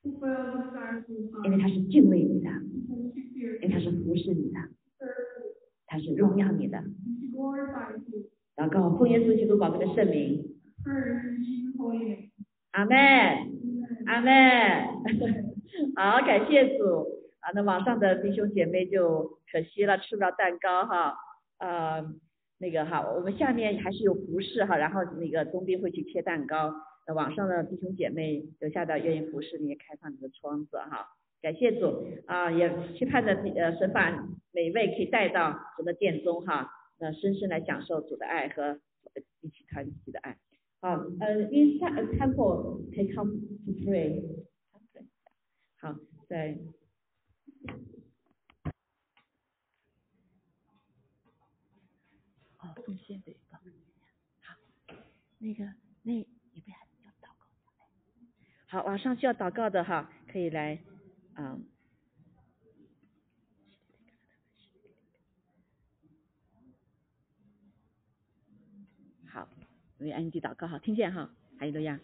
Speaker 2: fulfill the desires of her
Speaker 3: 因
Speaker 2: heart.
Speaker 3: 为他是敬畏你的，
Speaker 2: Because she fears
Speaker 3: 因为他是服侍你的，
Speaker 2: her,
Speaker 3: 他是荣耀你的。
Speaker 2: and she glorifies you.
Speaker 3: 祷告，奉耶稣基督宝贵的圣名，
Speaker 2: Her in Jesus' holy name.
Speaker 3: 阿门，
Speaker 2: Amen.
Speaker 3: 阿门。好，感谢主啊！那网上的弟兄姐妹就可惜了，吃不了蛋糕哈。呃，那个哈，我们下面还是有服饰哈，然后那个冬兵会去切蛋糕。那网上的弟兄姐妹留下的愿意服侍，你也开放你的窗子哈。感谢主啊，也期盼着呃神把每位可以带到神的殿中哈，那深深来享受主的爱和呃一起团体的爱。好，呃，inside a temple can come to pray。好，在
Speaker 6: 哦，奉献给帮助人家好，那个那你们还要祷告吗？
Speaker 3: 好，晚上需要祷告的哈，可以来，嗯。好，为安迪祷告，好，听见哈，哈利路亚，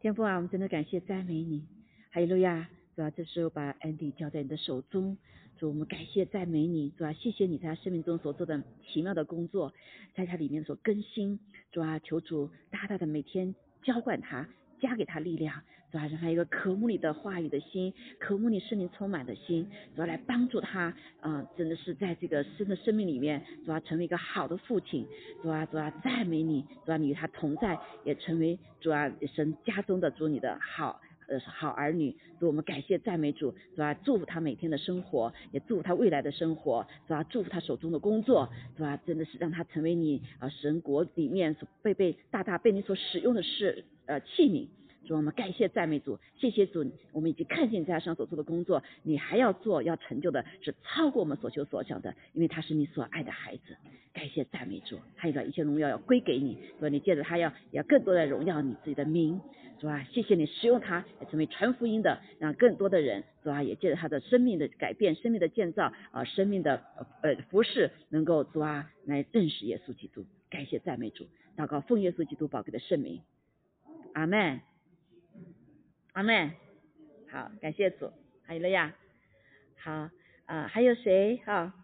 Speaker 3: 天父啊，我们真的感谢赞美你，哈利路亚，主啊要这时候把安迪交在你的手中，主我们感谢赞美你，主啊，谢谢你在他生命中所做的奇妙的工作，在他里面所更新，主啊，求主大大的每天浇灌他，加给他力量，主啊，让他有一个渴慕你的话语的心，渴慕你圣灵充满的心，主要来帮助他，啊、真的是在这个新的生命里面，主要成为一个好的父亲，主啊，主啊，赞美你，主啊，你与他同在，也成为主啊神家中的主你的好。呃，好儿女，主我们感谢赞美主，主啊，祝福他每天的生活，也祝福他未来的生活，主啊，祝福他手中的工作，主啊，真的是让他成为你呃神国里面所被被大大被你所使用的是呃器皿，主，我们感谢赞美主，谢谢主，我们已经看见你在他身上所做的工作，你还要做要成就的是超过我们所求所想的，因为他是你所爱的孩子。感谢赞美主，还有把一切荣耀要归给你，主，你借着他要要更多的荣耀你自己的名，主啊，谢谢你使用他来成为传福音的，让更多的人，主啊，也借着他的生命的改变、生命的建造啊、生命的呃呃服饰，能够主啊来认识耶稣基督。感谢赞美主，祷告奉耶稣基督宝贵的圣名，阿门。阿妹，好，感谢主，还有了呀，好，啊、还有谁？哈、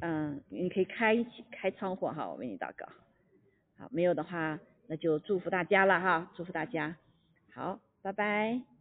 Speaker 3: 嗯，你可以开开窗户哈，我为你祷告。好，没有的话，那就祝福大家了哈，祝福大家，好，拜拜。